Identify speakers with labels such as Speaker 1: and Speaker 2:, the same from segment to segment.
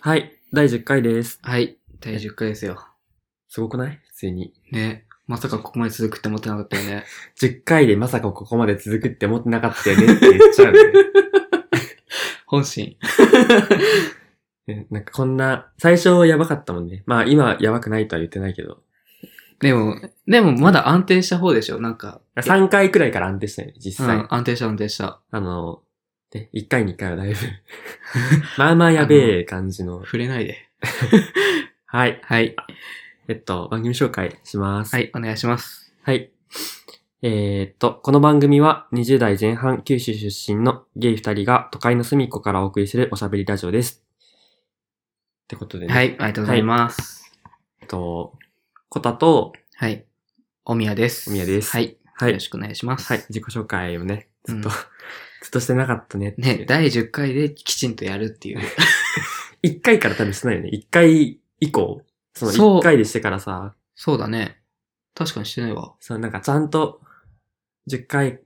Speaker 1: はい。第10回です。
Speaker 2: はい。第10回ですよ。
Speaker 1: すごくない普通に。
Speaker 2: ね。まさかここまで続くって思ってなかったよね。
Speaker 1: 10回でまさかここまで続くって思ってなかったよねって言っちゃうよね
Speaker 2: 本心。
Speaker 1: ね。なんかこんな、最初やばかったもんね。まあ今やばくないとは言ってないけど。
Speaker 2: でも、でもまだ安定した方でしょなんか。
Speaker 1: 3回くらいから安定したよね、
Speaker 2: う
Speaker 1: 実際。
Speaker 2: ん、安定した安定した。
Speaker 1: あの、ね、1回2回はだい ぶ。まあまあやべえ感じの。
Speaker 2: 触れないで。
Speaker 1: はい。
Speaker 2: はい。
Speaker 1: えっと、番組紹介します。
Speaker 2: はい、お願いします。
Speaker 1: はい。えーっと、この番組は20代前半九州出身のゲイ2人が都会の隅っこからお送りするおしゃべりラジオです。ってことでね。。
Speaker 2: はいい、ありがとうございます。
Speaker 1: えっと、コタと、
Speaker 2: はい。おみやです。
Speaker 1: おみやです
Speaker 2: はい。
Speaker 1: は
Speaker 2: よ
Speaker 1: い
Speaker 2: ろ。しくお願いします。
Speaker 1: はい。。自己紹介をね、ずっと、
Speaker 2: うん
Speaker 1: ずっとしてなかったねっていう。
Speaker 2: ね、第10回できちんとやるっていう。
Speaker 1: 1回から多分してないよね。1回以降。その
Speaker 2: そう
Speaker 1: 1回でしてからさ、
Speaker 2: そうだね。確かにしてないわ。
Speaker 1: そう、なんかちゃんと、10回、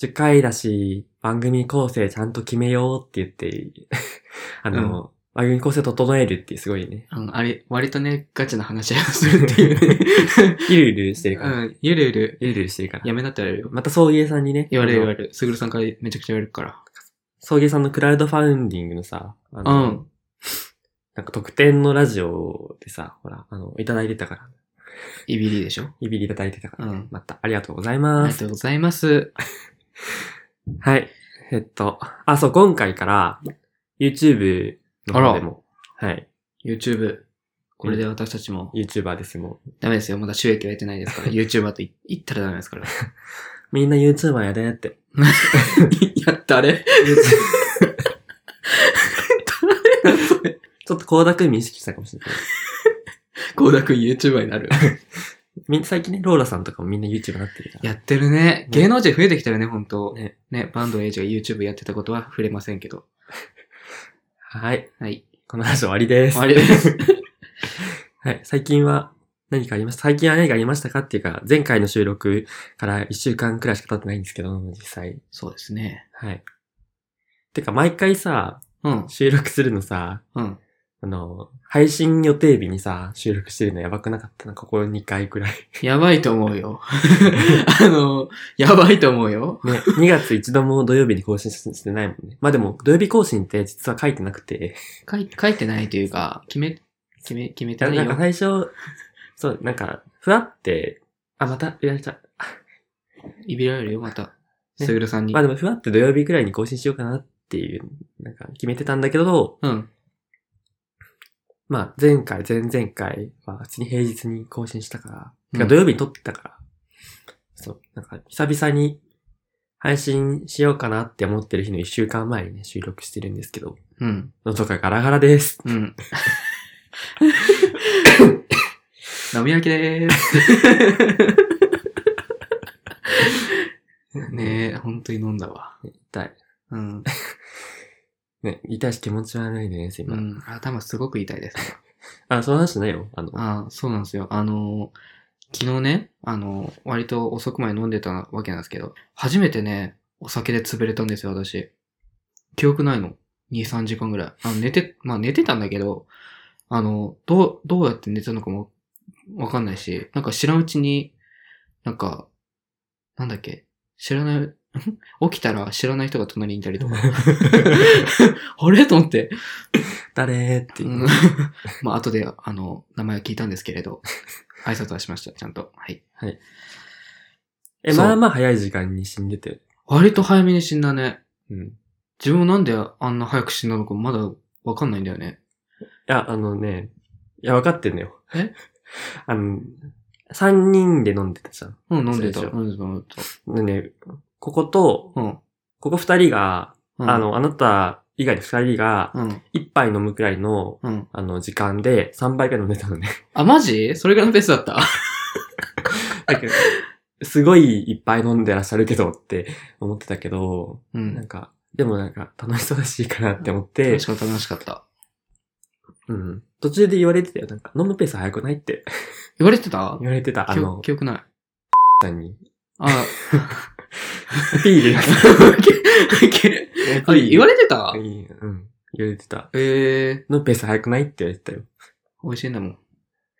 Speaker 1: 10回だし、番組構成ちゃんと決めようって言って、 あの、番組構成整えるっていうすごいね、
Speaker 2: あの、あれ、割とね、ガチな話をするって いうね。
Speaker 1: ゆるゆるしてる
Speaker 2: う
Speaker 1: から、
Speaker 2: ん、ゆるゆる、
Speaker 1: ゆるゆるしてるから。
Speaker 2: やめなって言われるよ。
Speaker 1: また送迎さんにね、
Speaker 2: 言われる言わ
Speaker 1: る。
Speaker 2: れる。すぐるさんからめちゃくちゃ言われるから。
Speaker 1: 送迎さんのクラウドファウンディングのさ、あ
Speaker 2: う
Speaker 1: の、
Speaker 2: ん。
Speaker 1: なんか特典のラジオでさ、ほら、あの、いただいてたから、
Speaker 2: イビリーでしょ
Speaker 1: いびりいただいてたから、ね
Speaker 2: うん
Speaker 1: また、ありがとうござい
Speaker 2: あ
Speaker 1: ま
Speaker 2: りが
Speaker 1: す。
Speaker 2: とうございます。
Speaker 1: はい。えっと、あ、そう、今回から、YouTube の方でも、はい、
Speaker 2: YouTube。これで私たちも、
Speaker 1: YouTuber です、もう。
Speaker 2: ダメですよ。まだ収益は得てない ですから、YouTuber とい言ったらダメですから。
Speaker 1: みんな YouTuber やで って。
Speaker 2: い や、誰
Speaker 1: ちょっと高田くん意識したかもしれない。
Speaker 2: 高田くん YouTuber になる。
Speaker 1: みんな最近ね、ローラさんとかもみんな YouTuber になってるから。
Speaker 2: やってるね
Speaker 1: ね。
Speaker 2: 芸能人増えてきたよね、本当
Speaker 1: ね
Speaker 2: ね。ね、バンドエイジが YouTube やってたことは触れませんけど。
Speaker 1: はい。
Speaker 2: はい。
Speaker 1: この話終わりです。
Speaker 2: 終わりです。
Speaker 1: はい。最近は何かありました最近は何かありましたかっていうか、前回の収録から1週間くらいしか経ってないんですけど、実際。
Speaker 2: そうですね。
Speaker 1: はい。てか、毎回さ、
Speaker 2: うん。
Speaker 1: 収録するのさ、
Speaker 2: うん。
Speaker 1: あの、配信予定日にさ、収録してるのやばくなかったな、ここ2回くらい。
Speaker 2: やばいと思うよ。 あの、やばいと思うよ。
Speaker 1: ね、2月 一度も土曜日に更新ししてないもんね。まあでも、土曜日更新って実は書いてなくて、
Speaker 2: 書い書いてないというか、決め、決め、決めて
Speaker 1: な
Speaker 2: ない
Speaker 1: なんか最
Speaker 2: よ。
Speaker 1: 初、そう、なんか、ふわって、あ、また、やられた。
Speaker 2: いびられるよ、また。すぐるさんに。
Speaker 1: まあでも、ふわって土曜日くらいに更新しようかなっていう、なんか決めてたんだけど、
Speaker 2: うん。
Speaker 1: まあ前回、前々回は普通に平日に更新したから、て
Speaker 2: う
Speaker 1: か
Speaker 2: ん
Speaker 1: 土曜日に撮ってたから、そう、なんか久々に配信しようかなって思ってる日の一週間前にね、収録してるんですけど、
Speaker 2: うん。
Speaker 1: 喉がガラガラです。
Speaker 2: うん。 飲み明けでーす。ねえ、本当に飲んだわ。
Speaker 1: 痛い。
Speaker 2: うん。
Speaker 1: ね、痛いし気持ち悪いです、
Speaker 2: う
Speaker 1: 今。
Speaker 2: ん。頭すごく痛いです。
Speaker 1: あ、その話ないよ。あの、
Speaker 2: ああ、そうなんですよ。あのー、昨日ね、あのー、割と遅くまで飲んでたわけなんですけど、初めてね、お酒で潰れたんですよ、私。記憶ないの。2、3時間ぐらい。あの寝て、まあ寝てたんだけど、あの、どう、どうやって寝てたのかもわかんないし、なんか知らんうちに、なんか、なんだっけ、知らない、 起きたら知らない人が隣にいたりとか。 あれと思って。
Speaker 1: 誰っていう
Speaker 2: うん まあ、後で、あの、名前は聞いたんですけれど、挨拶はしました、ちゃんと。はい。
Speaker 1: え、
Speaker 2: そう
Speaker 1: まあまあ早い時間に死んでて。
Speaker 2: 割と早めに死んだね。
Speaker 1: うん。い
Speaker 2: 自分なんであんな早く死んだのかまだわかんないんだよね。
Speaker 1: や、あのね、いや、分かってんのよ。
Speaker 2: え
Speaker 1: あの、三人で飲んでたじゃん。
Speaker 2: うん、飲んでた。
Speaker 1: そうでしょ
Speaker 2: 飲んでた、飲んでた。
Speaker 1: でね、ここと、
Speaker 2: うん。
Speaker 1: ここ二人が、
Speaker 2: うん
Speaker 1: あ、の、あなた以外の二人が、
Speaker 2: うん、
Speaker 1: 一杯飲むくらいの、
Speaker 2: うん。
Speaker 1: あの、時間で、三杯くらい飲んでたの ね。
Speaker 2: あ、マジそれぐらいのペースだ った
Speaker 1: だけど、すごいいっぱい飲んでらっしゃるけどって思ってたけど、
Speaker 2: う
Speaker 1: なん
Speaker 2: ん。
Speaker 1: か、でもなんか楽しそうだしいいかなって思って
Speaker 2: 楽し、かった、楽しかった。
Speaker 1: うん。途中で言われてたよ。なんか、飲むペース早くないって
Speaker 2: 言われてた
Speaker 1: 言われてた。あ
Speaker 2: 記
Speaker 1: の
Speaker 2: 憶、記憶ない。
Speaker 1: さんに。
Speaker 2: あ、
Speaker 1: ピーで。
Speaker 2: あ、言われてた
Speaker 1: うん。言われてた。
Speaker 2: ええ
Speaker 1: のペース早くないって言われてたよ。
Speaker 2: ー、美味しいんだもん。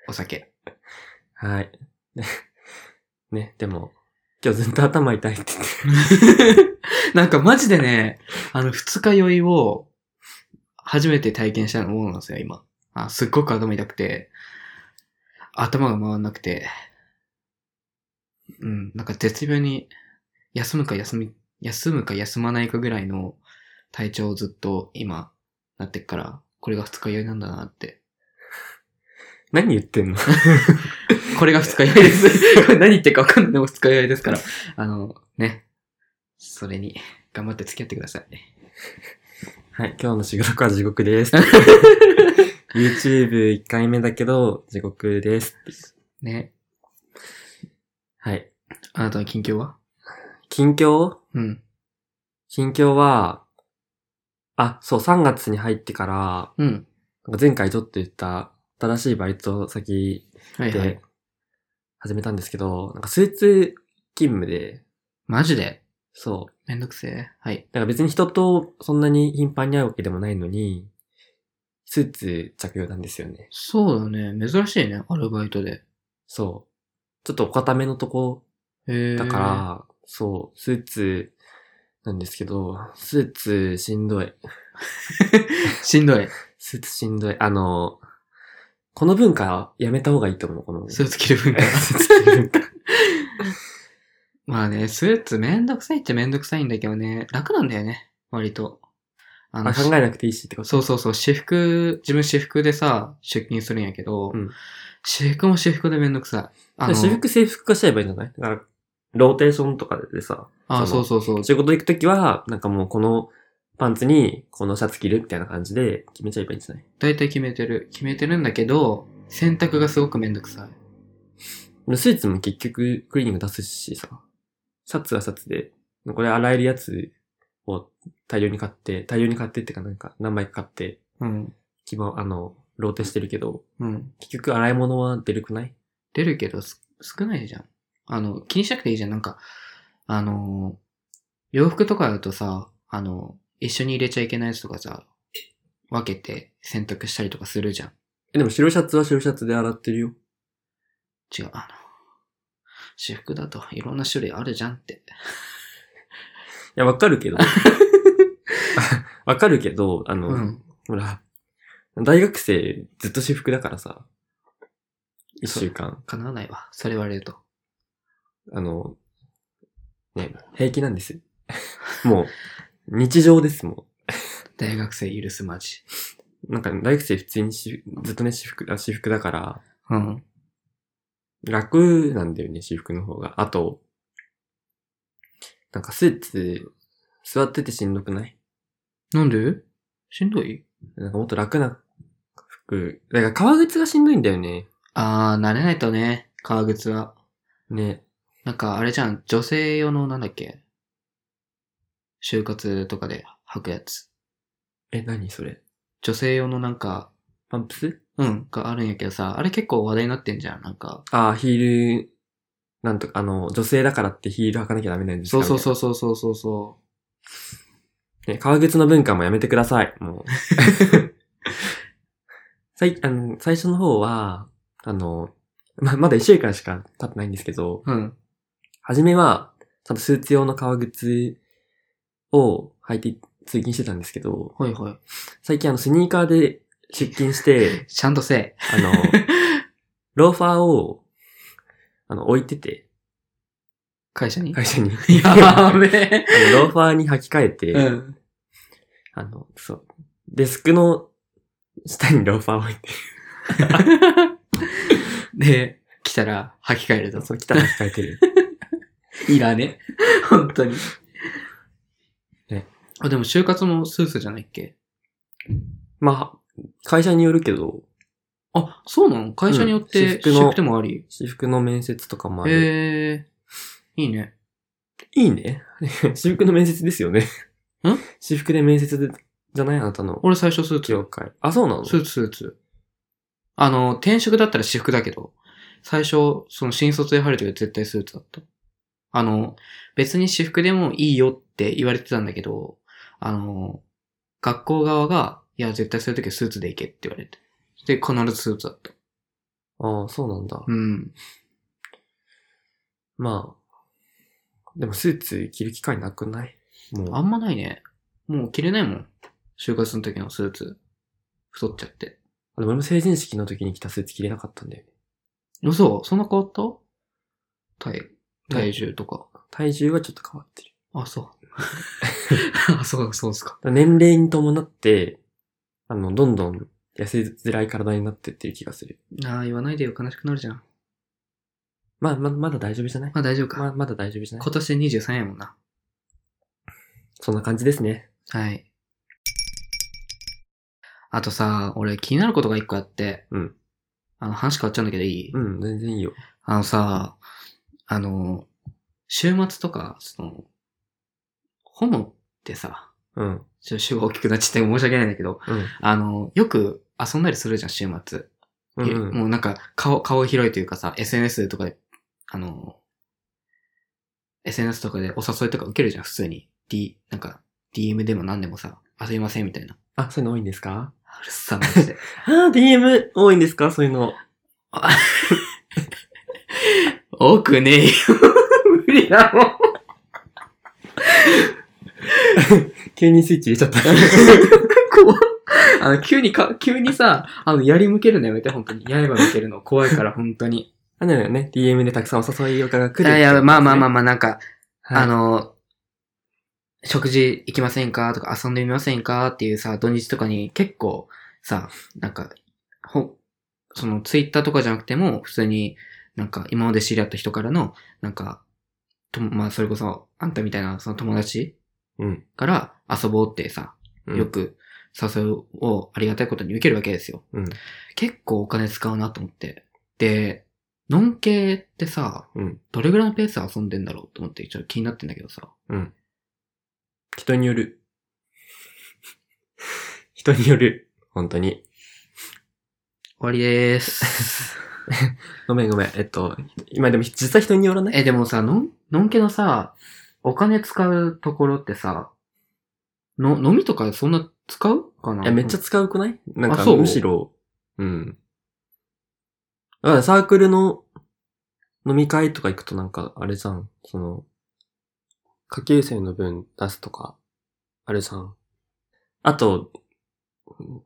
Speaker 2: お酒。
Speaker 1: はい。 ね、でも、今日ずっと頭痛いって 言って。
Speaker 2: なんかマジでね、あの、二日酔いを、初めて体験したものなんですよ、今。あ、すっごく頭痛くて、頭が回んなくて、うん、なんか絶妙に、休むか休み、休むか休まないかぐらいの体調をずっと今、なってっから、これが二日酔いなんだなって。
Speaker 1: 何言ってんの
Speaker 2: これが二日酔いです。これ何言ってるか分かんないでも二日酔いですから。あの、ね。それに、頑張って付き合ってください。
Speaker 1: はい、今日の仕事は地獄 です。YouTube1 回目だけど、地獄です。
Speaker 2: ね。
Speaker 1: はい。
Speaker 2: あなたの近況は
Speaker 1: 近況
Speaker 2: うん。
Speaker 1: 近況は、あ、そう、3月に入ってから、
Speaker 2: うん。
Speaker 1: なんか前回ちょっと言った新しいバイト先
Speaker 2: はいはい
Speaker 1: で。始めたんですけど、なんかスーツ勤務で、
Speaker 2: マジで
Speaker 1: そう、
Speaker 2: めんどくせえ。はい。
Speaker 1: だから別に人とそんなに頻繁に会うわけでもないのに、スーツ着用なんですよね。
Speaker 2: そうだね。珍しいね。アルバイトで。
Speaker 1: そう。ちょっとお固めのとこ
Speaker 2: へえ。
Speaker 1: だから、そう、スーツなんですけど、スーツしんどい。
Speaker 2: しんどい。
Speaker 1: スーツしんどい。あの、この文化やめた方がいいと思う、この。
Speaker 2: スーツ着 る文化。
Speaker 1: スーツ着る文化。
Speaker 2: まあね、スーツめんどくさいってめんどくさいんだけどね。楽なんだよね。割と。あ
Speaker 1: あ考えなくていいしってこと
Speaker 2: そうそうそう、私服、自分私服でさ、出勤するんやけど、
Speaker 1: うん
Speaker 2: 私服も私服でめんどくさい。あの、
Speaker 1: 私服制服化しちゃえばいいんじゃないだから、ローテーションとかでさ、そ
Speaker 2: あ、そ
Speaker 1: の
Speaker 2: うそうそう。
Speaker 1: 仕事行くときは、なんかもうこのパンツにこのシャツ着るみたいな感じで決めちゃえばいいんじゃない
Speaker 2: 大体決めてる。決めてるんだけど、洗濯がすごくめんどくさい。
Speaker 1: でもスーツも結局クリーニング出すしさ、シャツはシャツで、これ洗えるやつを大量に買って、大量に買ってっていうかなんか何枚か買って、
Speaker 2: うん。
Speaker 1: 基本あの、ローテしてるけど、
Speaker 2: うん。
Speaker 1: 結局洗い物は出るくない
Speaker 2: 出るけど、す少ないじゃん。あの、気にしなくていいじゃん。なんか、あのー、洋服とかだとさ、あの、一緒に入れちゃいけないやつとかさ、分けて洗濯したりとかするじゃん。
Speaker 1: え、でも白シャツは白シャツで洗ってるよ。
Speaker 2: 違う、あの、私服だといろんな種類あるじゃんって。
Speaker 1: いや、わかるけ ど。わかるけど、あの、
Speaker 2: うん。
Speaker 1: ほら、大学生ずっと私服だからさ、一週間、
Speaker 2: 叶わないわ。それ言われると。
Speaker 1: あの、ね、平気なん です。もう、日常ですも
Speaker 2: 大学生許すマジ。
Speaker 1: ん。なんか、大学生普通にしずっとね、私服、あ私服だから、
Speaker 2: うん。
Speaker 1: 楽なんだよね、私服の方が。あと、なんかスーツ、座っててしんどくない
Speaker 2: なんでしんどい
Speaker 1: なんかもっと楽な服。だから革靴がしんどいんだよね。
Speaker 2: あー、慣れないとね、革靴は。
Speaker 1: ね。
Speaker 2: なんかあれじゃん、女性用のなんだっけ就活とかで履くやつ。
Speaker 1: え、何それ
Speaker 2: 女性用のなんか、
Speaker 1: パンプス
Speaker 2: うん、があるんやけどさ、あれ結構話題になってんじゃん、なんか。
Speaker 1: ああ、ヒール、なんとか、あの、女性だからってヒール履かなきゃダメなんですか
Speaker 2: そうそう
Speaker 1: う
Speaker 2: そうそうそうそうそ。
Speaker 1: ね、革靴の文化もやめてください。もう。 最、あの、最初の方は、あの、ま、まだ一週間しか経ってないんですけど、
Speaker 2: う。うん。
Speaker 1: 初めは、ちゃんとスーツ用の革靴を履いて通勤してたんですけど、
Speaker 2: ほいほい。
Speaker 1: 最近あの、スニーカーで出勤して、
Speaker 2: ちゃんとせえ。
Speaker 1: あの、ローファーを、あの、置いてて、
Speaker 2: 会社に。
Speaker 1: 会社に。や
Speaker 2: やーべ
Speaker 1: あの、ローファーに履き替えて、
Speaker 2: え。 うん。
Speaker 1: あの、そう。デスクの下にローファーを置いて、
Speaker 2: で、来たら履き替えると。
Speaker 1: そう、来たら履き替えてる。
Speaker 2: いらね。本当に。
Speaker 1: ね
Speaker 2: あ、でも就活もスーツじゃないっけ
Speaker 1: まあ、会社によるけど、
Speaker 2: あ、そうなの会社によっ
Speaker 1: うん
Speaker 2: て、
Speaker 1: 私服の
Speaker 2: 私服でもあり。
Speaker 1: 私服の面接とかもある。
Speaker 2: へえー。いいね。
Speaker 1: いいね。 私服の面接ですよね。ん私服で面接じゃないあなたの
Speaker 2: 俺最初スーツ
Speaker 1: 業
Speaker 2: よ。
Speaker 1: 界。あ、そうなの
Speaker 2: スーツスーツ。あの、転職だったら私服だけど、最初、その新卒で入るときは絶対スーツだった。あの、別に私服でもいいよって言われてたんだけど、あの、学校側がいや、絶対そういう時はスーツで行けって言われて。で、必ずスーツだった。
Speaker 1: ああ、そうなんだ。
Speaker 2: うん。
Speaker 1: まあ、でもスーツ着る機会なくないもう。
Speaker 2: あんまないね。もう着れないもん。就活の時のスーツ。太っちゃって。
Speaker 1: あでも俺も成人式の時に着たスーツ着れなかったんだよね。
Speaker 2: 嘘そんな変わった体、体重とか。
Speaker 1: 体重はちょっと変わってる。
Speaker 2: あ、そう。あ、そう、そうですか。
Speaker 1: だから年齢に伴って、あの、どんどん痩せづらい体になってってる気がする。
Speaker 2: ああ、言わないでよ。悲しくなるじゃん。
Speaker 1: まあ、ま、まだ大丈夫じゃない
Speaker 2: まあ大丈夫か。
Speaker 1: まあ、まだ大丈夫じゃない
Speaker 2: 今年23やもんな。
Speaker 1: そんな感じですね。
Speaker 2: はい。あとさ、俺気になることが一個あって。
Speaker 1: うん。
Speaker 2: あの、話変わっちゃうんだけどいい、
Speaker 1: うん、全然いいよ。
Speaker 2: あのさ、あの、週末とか、その、ホモってさ、
Speaker 1: うん、うん。
Speaker 2: ちょっと週が大きくなっちゃって申し訳ないんだけど、あの、よく遊んだりするじゃん、週末。
Speaker 1: うん、うん。
Speaker 2: もうなんか、顔、顔広いというかさ、SNS とかで、あの、SNS とかでお誘いとか受けるじゃん、普通に。D、なんか、DM でも何でもさ、あすいません、みたいな。
Speaker 1: あ、そういうの多いんですか
Speaker 2: うるさ、マ ジで。
Speaker 1: あー、DM 多いんですかそういうの。
Speaker 2: 多くねえよ。 無理だもん。
Speaker 1: 急にスイッチ入れちゃ った。
Speaker 2: 怖っあの、急にか、急にさ、あの、やり向けるのやめて、本当に。刃向けるの怖いから、本当に。
Speaker 1: あれだよね。DM でたくさんお誘いが来
Speaker 2: い
Speaker 1: る。
Speaker 2: やいや、まあまあまあまあ、なんか、
Speaker 1: はい
Speaker 2: あ、の、食事行きませんかとか、遊んでみませんかっていうさ、土日とかに結構さ、なんか、ほ、その、ツイッターとかじゃなくても、普通に、なんか、今まで知り合った人からの、なんか、とも、まあ、それこそ、あんたみたいな、その友達
Speaker 1: うん。
Speaker 2: から遊ぼうってさ、
Speaker 1: うん
Speaker 2: よ。く誘いをありがたいことに受けるわけですよ。
Speaker 1: うん。
Speaker 2: 結構お金使うなと思って。で、ノン系ってさ、
Speaker 1: うん。
Speaker 2: どれぐらいのペースで遊んでんだろうと思って、ちょっと気になってんだけどさ。
Speaker 1: うん。人による。人による。本当に。
Speaker 2: 終わりでーす。
Speaker 1: ごめんごめん。えっと、今でも実際人によらない
Speaker 2: え、でもさ、のん、のんけのさ、お金使うところってさ、の、飲みとかそんな使うかない
Speaker 1: いや、めっちゃ使うくないなん
Speaker 2: あ
Speaker 1: か、
Speaker 2: そう
Speaker 1: むしろ、うん。だからサークルの飲み会とか行くとなんか、あれじゃん、その、下級生の分出すとか、あれじゃん。あと、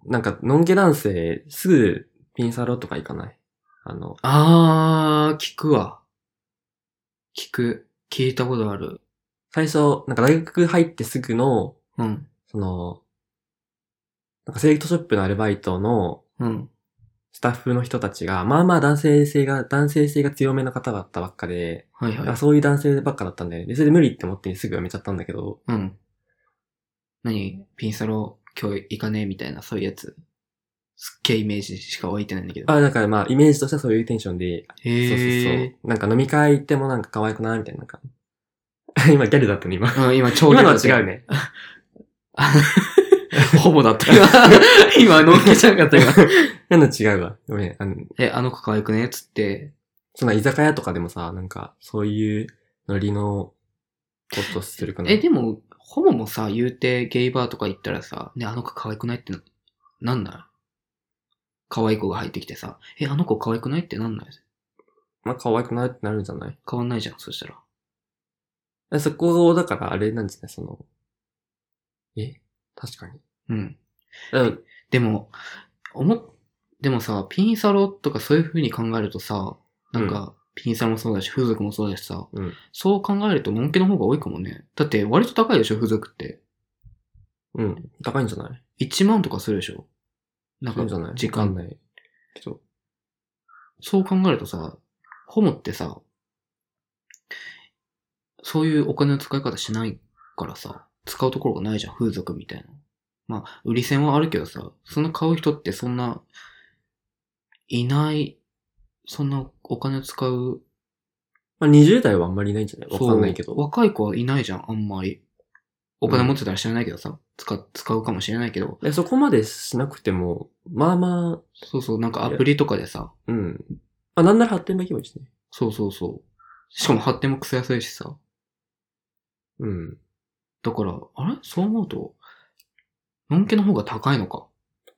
Speaker 1: なんか、ノンゲ男性、すぐピンサロとか行かないあの、
Speaker 2: あー、聞くわ。聞く。聞いたことある。
Speaker 1: 最初、なんか大学入ってすぐの、
Speaker 2: うん。
Speaker 1: その、なんかセレクトショップのアルバイトの、
Speaker 2: うん。
Speaker 1: スタッフの人たちが、まあまあ男性性が、男性性が強めの方だったばっかで、
Speaker 2: はいはい。
Speaker 1: そういう男性ばっかだったんで、でそれで無理って思ってすぐ辞めちゃったんだけど、
Speaker 2: うん。何ピンサロ今日行かねえみたいな、そういうやつ。すっげえイメージしか湧いてないんだけど。
Speaker 1: あ、だからまあイメージとしてはそういうテンションで、
Speaker 2: へ
Speaker 1: そうそう
Speaker 2: え。
Speaker 1: そう。なんか飲み会行ってもなんか可愛くないみたいな、なんか。 今ギャルだったね、今。
Speaker 2: うん、今超
Speaker 1: 今のは
Speaker 2: リア
Speaker 1: 違
Speaker 2: ルだった
Speaker 1: う。 ね。
Speaker 2: ホモだった。 今、のんけちゃんかった今。
Speaker 1: 今の違うわ。ごめん。あの、
Speaker 2: え、あの子可愛くねっつって。
Speaker 1: そんな居酒屋とかでもさ、なんか、そういうノリのことするかな。
Speaker 2: え、でも、ホモもさ、言うてゲイバーとか行ったらさ、ね、あの子可愛くないってな、なんない可愛い子が入ってきてさ、え、あの子可愛くないってなんない
Speaker 1: まあ可愛くないってなるんじゃない
Speaker 2: 変わんないじゃん、そしたら。
Speaker 1: えそこを、だからあれなんですね、その、え確かに。
Speaker 2: うん。
Speaker 1: だから
Speaker 2: でも、おも、でもさ、ピンサロとかそういう風に考えるとさ、なんか、ピンサロもそうだし、風俗もそうだしさ、
Speaker 1: うん
Speaker 2: そう考えると、のんけの方が多いかもね。だって、割と高いでしょ、風俗って。
Speaker 1: うん。高いんじゃない
Speaker 2: 1万とかするでしょなん
Speaker 1: 高いんじゃな
Speaker 2: か
Speaker 1: い、
Speaker 2: 時
Speaker 1: わかん
Speaker 2: 間。
Speaker 1: ない。けど。
Speaker 2: そう考えるとさ、ホモってさ、そういうお金の使い方しないからさ、使うところがないじゃん、風俗みたいな。まあ、売り線はあるけどさ、その買う人ってそんな、いない、そんなお金使う。
Speaker 1: まあ、20代はあんまりいないんじゃないわ
Speaker 2: そう
Speaker 1: かんないけど。
Speaker 2: 若い子はいないじゃん、あんまり。お金持ってたら知らないけどさ、使、使うかもしれないけど、
Speaker 1: でそこまでしなくても、まあまあ、
Speaker 2: そうそう、なんかアプリとかでさ、
Speaker 1: うん。まあ、なんなら発展もいけばいいしね。
Speaker 2: そうそうそう。しかも発展も癖やすいしさ、
Speaker 1: うん。
Speaker 2: だから、あれそう思うと、のんけの方が高いのか。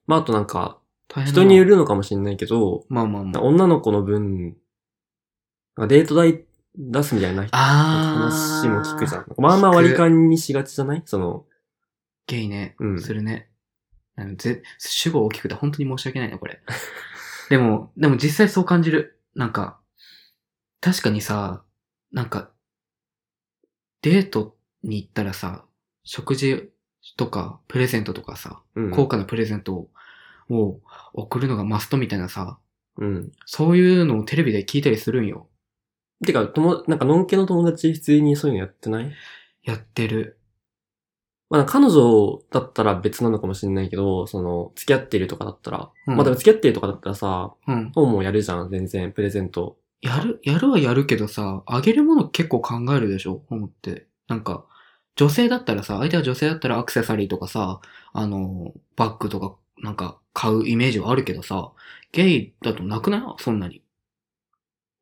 Speaker 1: まああとなんか、
Speaker 2: 大変だな
Speaker 1: 人によ。るのかもしれないけど、
Speaker 2: まあまあまあ。
Speaker 1: 女の子の分、なんかデート代出すみたいな
Speaker 2: あ
Speaker 1: 話
Speaker 2: ー。
Speaker 1: も聞くじゃん。まあまあ割り勘にしがちじゃないその、
Speaker 2: ゲイね。
Speaker 1: うん
Speaker 2: するね。あのぜ主語大きくて本当に申し訳ないね、これ。 でも、でも実際そう感じる。なんか、確かにさ、なんか、デートに行ったらさ、食事とかプレゼントとかさ、
Speaker 1: うん。
Speaker 2: 高価なプレゼントをを送るのがマストみたいなさ、
Speaker 1: うん。
Speaker 2: そういうのをテレビで聞いたりするんよ。
Speaker 1: てか、とも、なんか、のんけの友達、普通にそういうのやってない
Speaker 2: やってる。
Speaker 1: まあ、なんか彼女だったら別なのかもしれないけど、その、付き合ってるとかだったら、
Speaker 2: うん、
Speaker 1: まあ、でも付き合ってるとかだったらさ、
Speaker 2: うん。
Speaker 1: 本もやるじゃん、全然、プレゼント。
Speaker 2: やる、やるはやるけどさ、あげるもの結構考えるでしょ思って。なんか、女性だったらさ、相手は女性だったらアクセサリーとかさ、あの、バッグとか、なんか、買うイメージはあるけどさ、ゲイだとなくないそんなに。
Speaker 1: い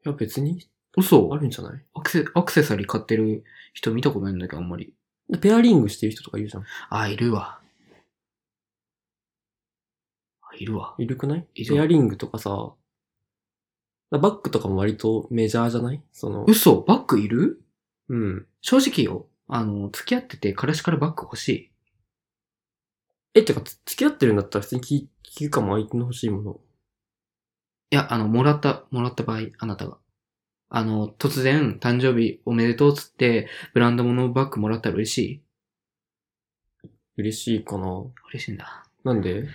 Speaker 1: や、別に、
Speaker 2: 嘘
Speaker 1: あるんじゃない
Speaker 2: アクセ、アクセサリー買ってる人見たことないんだけど、あんまり。
Speaker 1: でペアリングしてる人とかいるじゃん。
Speaker 2: あ、いるわ。あいるわ。
Speaker 1: いるくない
Speaker 2: いる
Speaker 1: ペアリングとかさ、バッグとかも割とメジャーじゃないその、
Speaker 2: 嘘バッグいる
Speaker 1: うん。
Speaker 2: 正直よ。あの、付き合ってて彼氏からバッグ欲しい。
Speaker 1: え、てか、つ付き合ってるんだったら普通に聞聞くかも、相手の欲しいもの。
Speaker 2: いや、あの、もらった、もらった場合、あなたが。あの、突然、誕生日おめでとうっつって、ブランド物のバッグもらったら嬉しい
Speaker 1: 嬉しいかな。
Speaker 2: 嬉しいんだ。
Speaker 1: なんで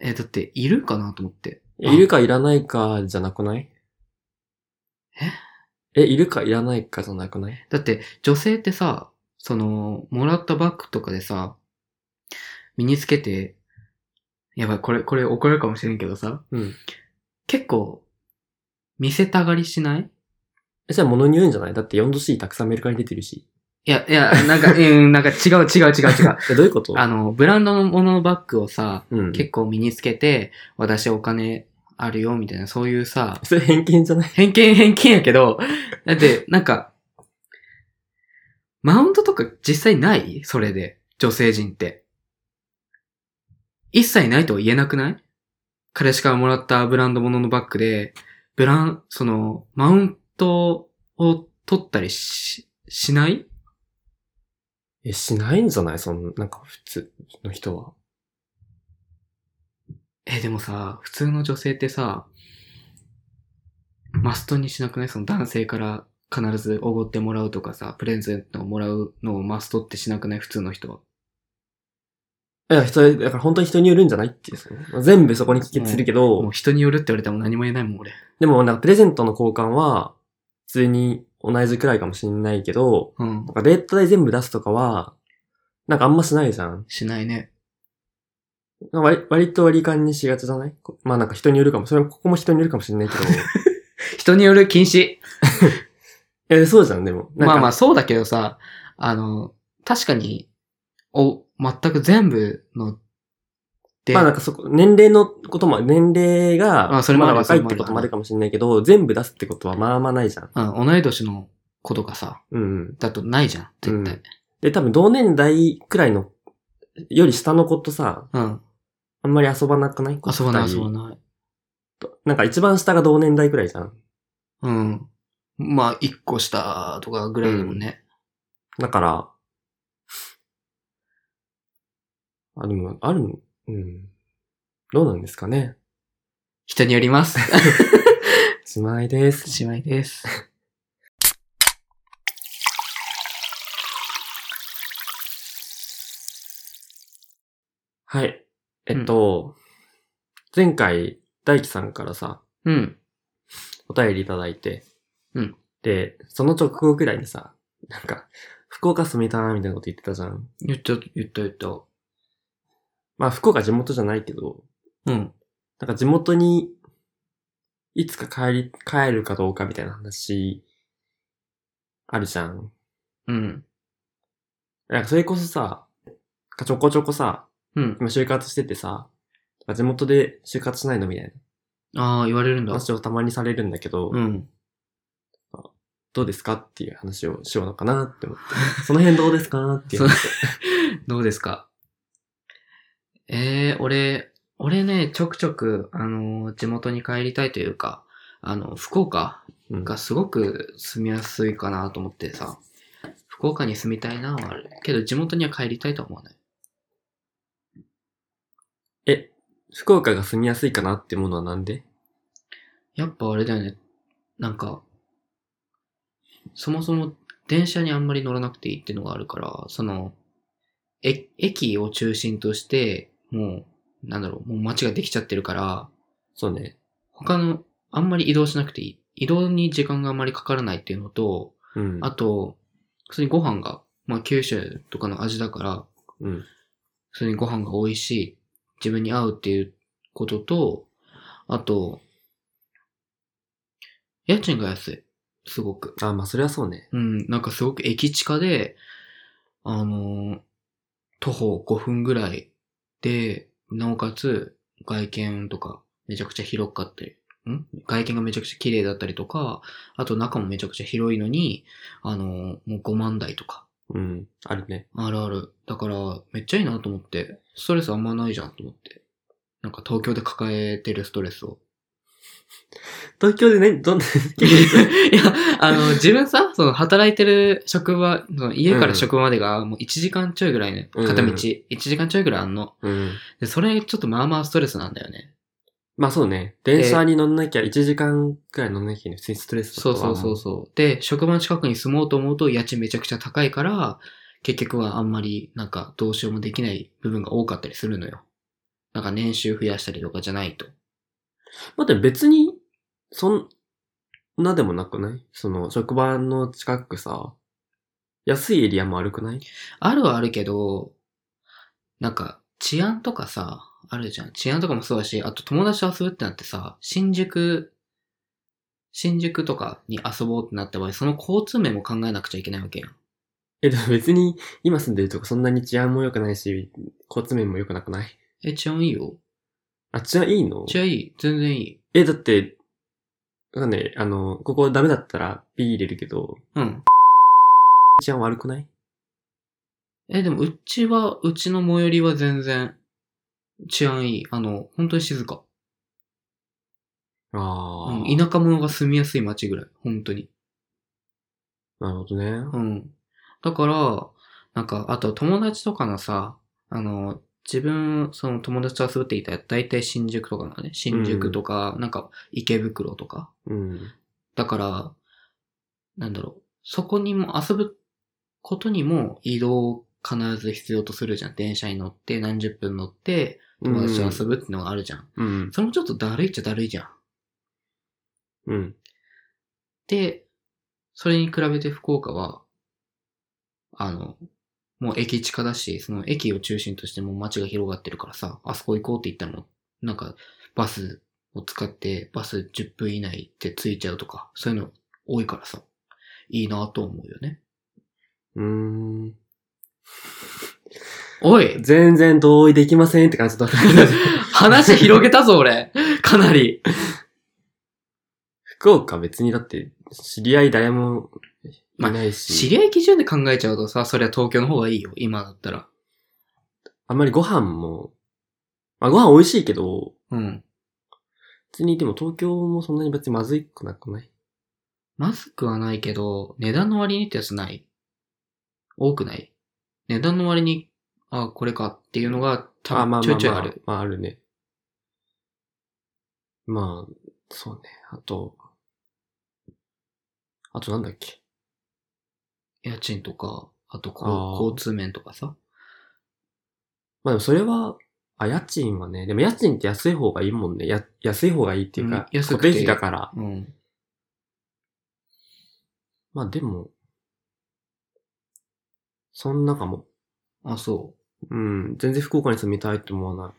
Speaker 2: えーだって、いるかなと思って。あ
Speaker 1: いるかいらないかじゃなくないえいるかいらないかじゃなくない
Speaker 2: だって、女性ってさ、その、もらったバッグとかでさ、身につけて、やばい、これ、これ怒られるかもしれんけどさ、
Speaker 1: うん。
Speaker 2: 結構、見せたがりしない
Speaker 1: えじゃあ物によるんじゃないだって4度 C たくさんメルカリ出てるし。
Speaker 2: いや、いや、なんか、うん、なんか違う違う違う違う。
Speaker 1: え、どういうこと
Speaker 2: あの、ブランドのもののバッグをさ、
Speaker 1: うん。
Speaker 2: 結構身につけて、私お金あるよ、みたいな、そういうさ、
Speaker 1: それ偏見じゃない
Speaker 2: 偏見偏見やけど、だって、なんか、マウントとか実際ないそれで、女性人って。一切ないとは言えなくない彼氏からもらったブランド物のバッグで、ブラン、その、マウントを取ったりし、しない
Speaker 1: え、しないんじゃないその、なんか普通の人は。
Speaker 2: え、でもさ、普通の女性ってさ、マストにしなくないその男性から必ずおごってもらうとかさ、プレゼントをもらうのをマストってしなくない普通の人は。
Speaker 1: いや、人、だから本当に人によるんじゃないっていうその。全部そこに帰結するけど、
Speaker 2: もう人によるって言われたらもう何も言えないもん、俺。
Speaker 1: でもなんかプレゼントの交換は、普通に同じくらいかもしれないけど、
Speaker 2: うん
Speaker 1: な。んかデート代全部出すとかは、なんかあんましないじゃん。
Speaker 2: しないね。
Speaker 1: なんか割割と割り勘にしがちじゃないこまあなんか人によるかも。それはここも人によるかもしれないけ ど。
Speaker 2: 人による禁止。
Speaker 1: え、そうじゃん、でも。なんか
Speaker 2: まあまあそうだけどさ、あの、確かに、お、全く全部の、で、
Speaker 1: まあなんかそこ、年齢のことも、年齢が、
Speaker 2: あそれもあ
Speaker 1: ま
Speaker 2: る
Speaker 1: だ若いってこともあるかもしれないけど、全部出すってことはまあまあないじゃん。
Speaker 2: うん、同い年の子とかさ、
Speaker 1: うんうん。
Speaker 2: だとないじゃん、絶対。
Speaker 1: で、多分同年代くらいの、より下の子とさ、
Speaker 2: うん。
Speaker 1: あんまり遊ばなくない
Speaker 2: 遊ばない
Speaker 1: 二
Speaker 2: 遊
Speaker 1: 人
Speaker 2: ばない。
Speaker 1: なんか一番下が同年代くらいじゃん。
Speaker 2: うん。まあ、一個下とかぐらいだもんね。
Speaker 1: だから、あ、でも、あるん、うん。どうなんですかね。
Speaker 2: 人により ます。
Speaker 1: おしまいです
Speaker 2: お。しまいです。
Speaker 1: はい。えっと、前回、大輝さんからさ、
Speaker 2: うん。
Speaker 1: お便りいただいて、
Speaker 2: うん。
Speaker 1: で、その直後くらいにさ、なんか、福岡住みたーみたいなこと言ってたじゃん。
Speaker 2: 言った、言った、言った。
Speaker 1: まあ、福岡地元じゃないけど、
Speaker 2: うん。
Speaker 1: なんか地元に、いつか帰り、帰るかどうかみたいな話、あるじゃん。
Speaker 2: うん。
Speaker 1: なんかそれこそさ、ちょこちょこさ、
Speaker 2: うん。
Speaker 1: 今就活しててさ、地元で就活しないのみたい
Speaker 2: ああ、言われるん
Speaker 1: な
Speaker 2: だ。
Speaker 1: 話をたまにされるんだけど、
Speaker 2: うん。
Speaker 1: どうですかっていう話をしようのかなって思って。その辺どうです かっていう話。
Speaker 2: どうですかええー、俺、俺ね、ちょくちょく、あの、地元に帰りたいというか、あの、福岡
Speaker 1: うん
Speaker 2: がすごく住みやすいかなと思ってさ、福岡に住みたいなはある。けど地元には帰りたいとは思わない。
Speaker 1: え、福岡が住みやすいかなってものはなんで
Speaker 2: やっぱあれだよね。なんか、そもそも電車にあんまり乗らなくていいっていうのがあるから、その、え、駅を中心として、もう、なんだろう、もう街ができちゃってるから、
Speaker 1: そうね。
Speaker 2: 他の、あんまり移動しなくていい。移動に時間があんまりかからないっていうのと、
Speaker 1: うん。
Speaker 2: あと、普通にご飯が、まあ九州とかの味だから、
Speaker 1: うん。
Speaker 2: 普通にご飯が美味しい、自分に合うっていうことと、あと、家賃が安い。すごく。
Speaker 1: あ、まあ、それはそうね。
Speaker 2: うん、なんかすごく駅近で、あのー徒歩5分ぐらいで、なおかつ外見とかめちゃくちゃ広かったり、ん外見がめちゃくちゃ綺麗だったりとか、あと中もめちゃくちゃ広いのに、あのーもう5万台とか、
Speaker 1: うん。あるね。
Speaker 2: あるある。だから、めっちゃいいなと思って、ストレスあんまないじゃんと思って。なんか東京で抱えてるストレスを。
Speaker 1: 東京でね、どんな、
Speaker 2: いや、あ の、自分さ、その働いてる職場、その家から職場までがもう1時間ちょいぐらいね、
Speaker 1: うん
Speaker 2: 片道、1時間ちょいぐらいあんの。
Speaker 1: うん。
Speaker 2: で、それちょっとまあまあストレスなんだよね。
Speaker 1: まあそうね。電車に乗んなきゃ、1時間くらい乗んなきゃ、普通にストレス
Speaker 2: そうそうそう
Speaker 1: う。
Speaker 2: そう。で、職場の近くに住もうと思うと家賃めちゃくちゃ高いから、結局はあんまりなんかどうしようもできない部分が多かったりするのよ。なんか年収増やしたりとかじゃないと。
Speaker 1: まあでも別に、そんなでもなくないその、職場の近くさ、安いエリアも悪くない
Speaker 2: あるはあるけど、なんか、治安とかさ、あるじゃん。治安とかもそうだし、あと友達と遊ぶってなってさ、新宿、新宿とかに遊ぼうってなった場合、その交通面も考えなくちゃいけないわけやん。
Speaker 1: え、でも別に、今住んでるとこそんなに治安も良くないし、交通面も良くなくない
Speaker 2: え、治安いいよ。
Speaker 1: あ、治安いいの
Speaker 2: 治安いい。全然いい。
Speaker 1: え、だって、なんかね、あの、ここダメだったら P 入れるけど、
Speaker 2: うん。
Speaker 1: 治安悪くない
Speaker 2: え、でもうちは、うちの最寄りは全然、治安いい。あの、本当に静か。
Speaker 1: ああ、
Speaker 2: うん、田舎者が住みやすい街ぐらい。本当に。
Speaker 1: なるほどね。
Speaker 2: うん。だから、なんか、あと友達とかのさ、あの、自分、その友達と遊ぶって言ったら、大体新宿とかなのね。新宿とか、なんか、池袋とか。
Speaker 1: うん。
Speaker 2: だから、なんだろう。そこにも遊ぶことにも移動を必ず必要とするじゃん。電車に乗って、何十分乗って、友達と遊ぶってのがあるじゃん。
Speaker 1: うん。
Speaker 2: それもちょっとだるいっちゃだるいじゃん。
Speaker 1: うん。
Speaker 2: で、それに比べて福岡は、あの、もう駅近だし、その駅を中心としてもう街が広がってるからさ、あそこ行こうって言ったらもう、なんか、バスを使って、バス10分以内で着いちゃうとか、そういうの多いからさ、いいなと思うよね。
Speaker 1: うん。う
Speaker 2: お
Speaker 1: ーん。
Speaker 2: い
Speaker 1: 全然同意できませんって感じだった。
Speaker 2: 話広げたぞ、俺かなり。
Speaker 1: 福岡別にだって、知り合い誰もいない
Speaker 2: 知
Speaker 1: し、
Speaker 2: り合い基準で考えちゃうとさ、そりゃ東京の方がいいよ、今だったら。
Speaker 1: あんまりご飯も、まあご飯美味しいけど、
Speaker 2: うん。
Speaker 1: 別にでも東京もそんなに別にまずいくなくない
Speaker 2: マスクはないけど、値段の割にってやつない多くない値段の割に、あ、これかっていうのが、多
Speaker 1: あまあまあま
Speaker 2: 分
Speaker 1: あ
Speaker 2: ちょいちょいある。。
Speaker 1: まああるね。まあ、そうね。あと、あとなんだっけ。
Speaker 2: 家賃とか、あとこう
Speaker 1: あー
Speaker 2: 交通面とかさ。
Speaker 1: まあでもそれは、あ、家賃はね、でも家賃って安い方がいいもんね。や、安い方がいいっていうか、
Speaker 2: うん安くて
Speaker 1: 固定費だから。
Speaker 2: うん。
Speaker 1: まあでも、そんなかも。
Speaker 2: あ、そう。
Speaker 1: うん、全然福岡に住みたいと思わない。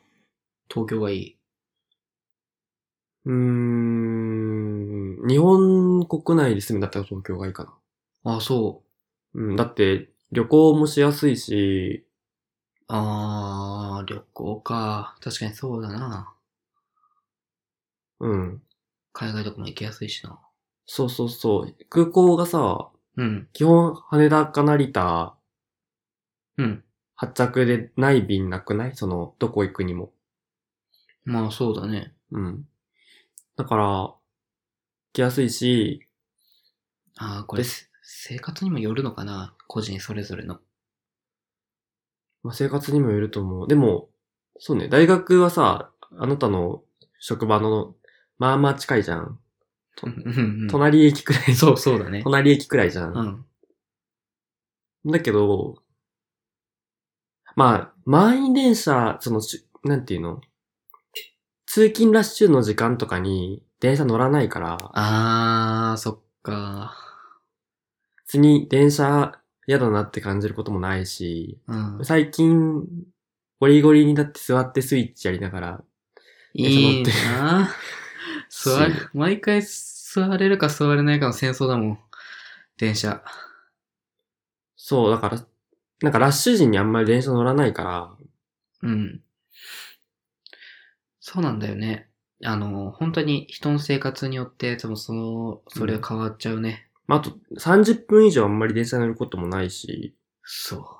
Speaker 2: 東京がいい。
Speaker 1: うーん、日本国内で住むんだったら東京がいいかな。
Speaker 2: あ、そう。
Speaker 1: うん、だって、旅行もしやすいし、
Speaker 2: あー、旅行か。確かにそうだな。
Speaker 1: うん。
Speaker 2: 海外とかも行きやすいしな。
Speaker 1: そうそうそう。空港がさ、
Speaker 2: うん。
Speaker 1: 基本羽田か成田
Speaker 2: うん。
Speaker 1: 発着でない便なくないその、どこ行くにも。
Speaker 2: まあそうだね。
Speaker 1: うん。だから、来やすいし、
Speaker 2: ああ、これ、せ生活にもよるのかな個人それぞれの。
Speaker 1: まあ、生活にもよると思う。でも、そうね、大学はさ、あなたの職場の、まあまあ近いじゃん。と
Speaker 2: うんうんうん
Speaker 1: 隣駅くらい。
Speaker 2: そう、そうだね。
Speaker 1: 隣駅くらいじゃ。
Speaker 2: うんん。
Speaker 1: だけど、まあ、満員電車、その、しなんていうの通勤ラッシュの時間とかに電車乗らないから、
Speaker 2: ああ、そっか。
Speaker 1: 別に電車嫌だなって感じることもないし、
Speaker 2: うん。
Speaker 1: 最近、ゴリゴリにだって座ってスイッチやりながら、
Speaker 2: いい
Speaker 1: 電
Speaker 2: なあ座れ
Speaker 1: し、
Speaker 2: 毎回座れるか座れないかの戦争だもん。電車。
Speaker 1: そう、だから、なんかラッシュ時にあんまり電車乗らないから、
Speaker 2: うん。そうなんだよね。あの、本当に人の生活によって、多分その、それは変わっちゃうね。
Speaker 1: まあ、あと30分以上あんまり電車乗ることもないし、
Speaker 2: そ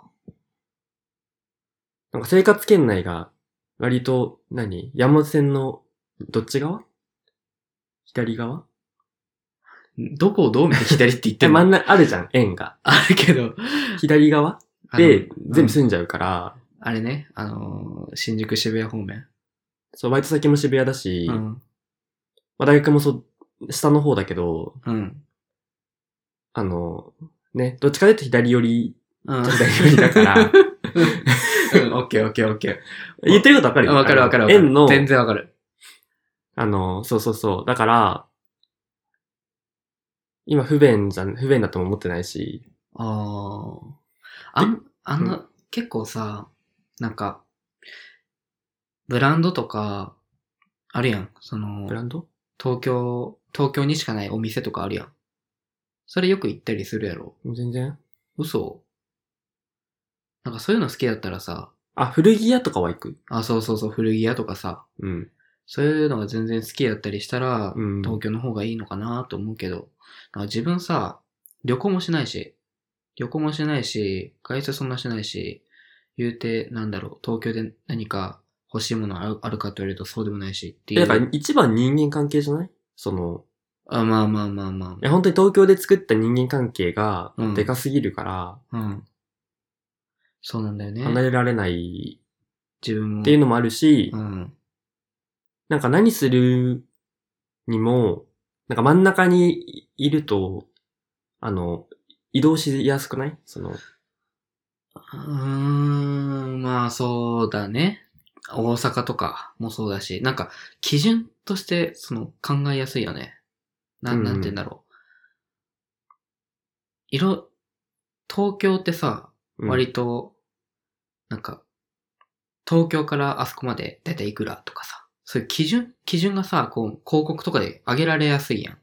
Speaker 1: なんか生活圏内が、割と何、山手線の、どっち側左側
Speaker 2: う。どこをどう見て左って言っ
Speaker 1: で、
Speaker 2: て る
Speaker 1: 真
Speaker 2: の
Speaker 1: ん中、あるじゃん、円が。
Speaker 2: ある けど。
Speaker 1: 左側
Speaker 2: あの
Speaker 1: で、全部
Speaker 2: うん
Speaker 1: 住んじゃうから、
Speaker 2: あれね、あのー、新宿渋谷方面。
Speaker 1: そう、バイト先も渋谷だし、
Speaker 2: うん。
Speaker 1: まあ大学もそう、下の方だけど、
Speaker 2: うん。
Speaker 1: あの、ね、どっちかというと左寄り、
Speaker 2: うん。
Speaker 1: 左寄りだから、
Speaker 2: うん、オッケーオッケーオッケ
Speaker 1: 言ってることわかる
Speaker 2: ー。
Speaker 1: よ
Speaker 2: わかるわかるわかる。
Speaker 1: 円の、
Speaker 2: 全然わかる。
Speaker 1: あの、そうそうそう。だから、今不便じゃん、不便だとも思ってないし、
Speaker 2: ああ。あん、あんな、
Speaker 1: う
Speaker 2: 結構さ、なんか、ブランドとか、あるやん。その
Speaker 1: ブ、ランド
Speaker 2: 東京、東京にしかないお店とかあるやん。それよく行ったりするやろ。
Speaker 1: 全然。
Speaker 2: 嘘なんかそういうの好きだったらさ、
Speaker 1: あ、古着屋とかは行く。
Speaker 2: あ、そうそうそう、古着屋とかさ、
Speaker 1: うん。
Speaker 2: そういうのが全然好きだったりしたら、
Speaker 1: うん
Speaker 2: 東京の方がいいのかなと思うけど、なんか自分さ、旅行もしないし、旅行もしないし、外出そんなしないし、言うて、なんだろう、東京で何か欲しいものあるあるかと言われるとそうでもないしってい
Speaker 1: え
Speaker 2: う。
Speaker 1: だから一番人間関係じゃないその、
Speaker 2: あ、まあまあまあま
Speaker 1: いや本当に東京で作った人間関係が
Speaker 2: うん
Speaker 1: でかすぎるから、
Speaker 2: あ。うん。そうなんだよね。
Speaker 1: 離れられない
Speaker 2: 自分も。
Speaker 1: っていうのもあるし、
Speaker 2: うん。
Speaker 1: なんか何するにも、なんか真ん中にいると、あの、移動しやすくないその、
Speaker 2: うーん、まあそうだね。大阪とかもそうだし、なんか基準としてその考えやすいよね。な、
Speaker 1: うんん
Speaker 2: なんて言うんだろう。色、東京ってさ、
Speaker 1: うん
Speaker 2: 割と、なんか、東京からあそこまでだいたいいくらとかさ、そういう基準、基準がさ、こう、広告とかで上げられやすいやん。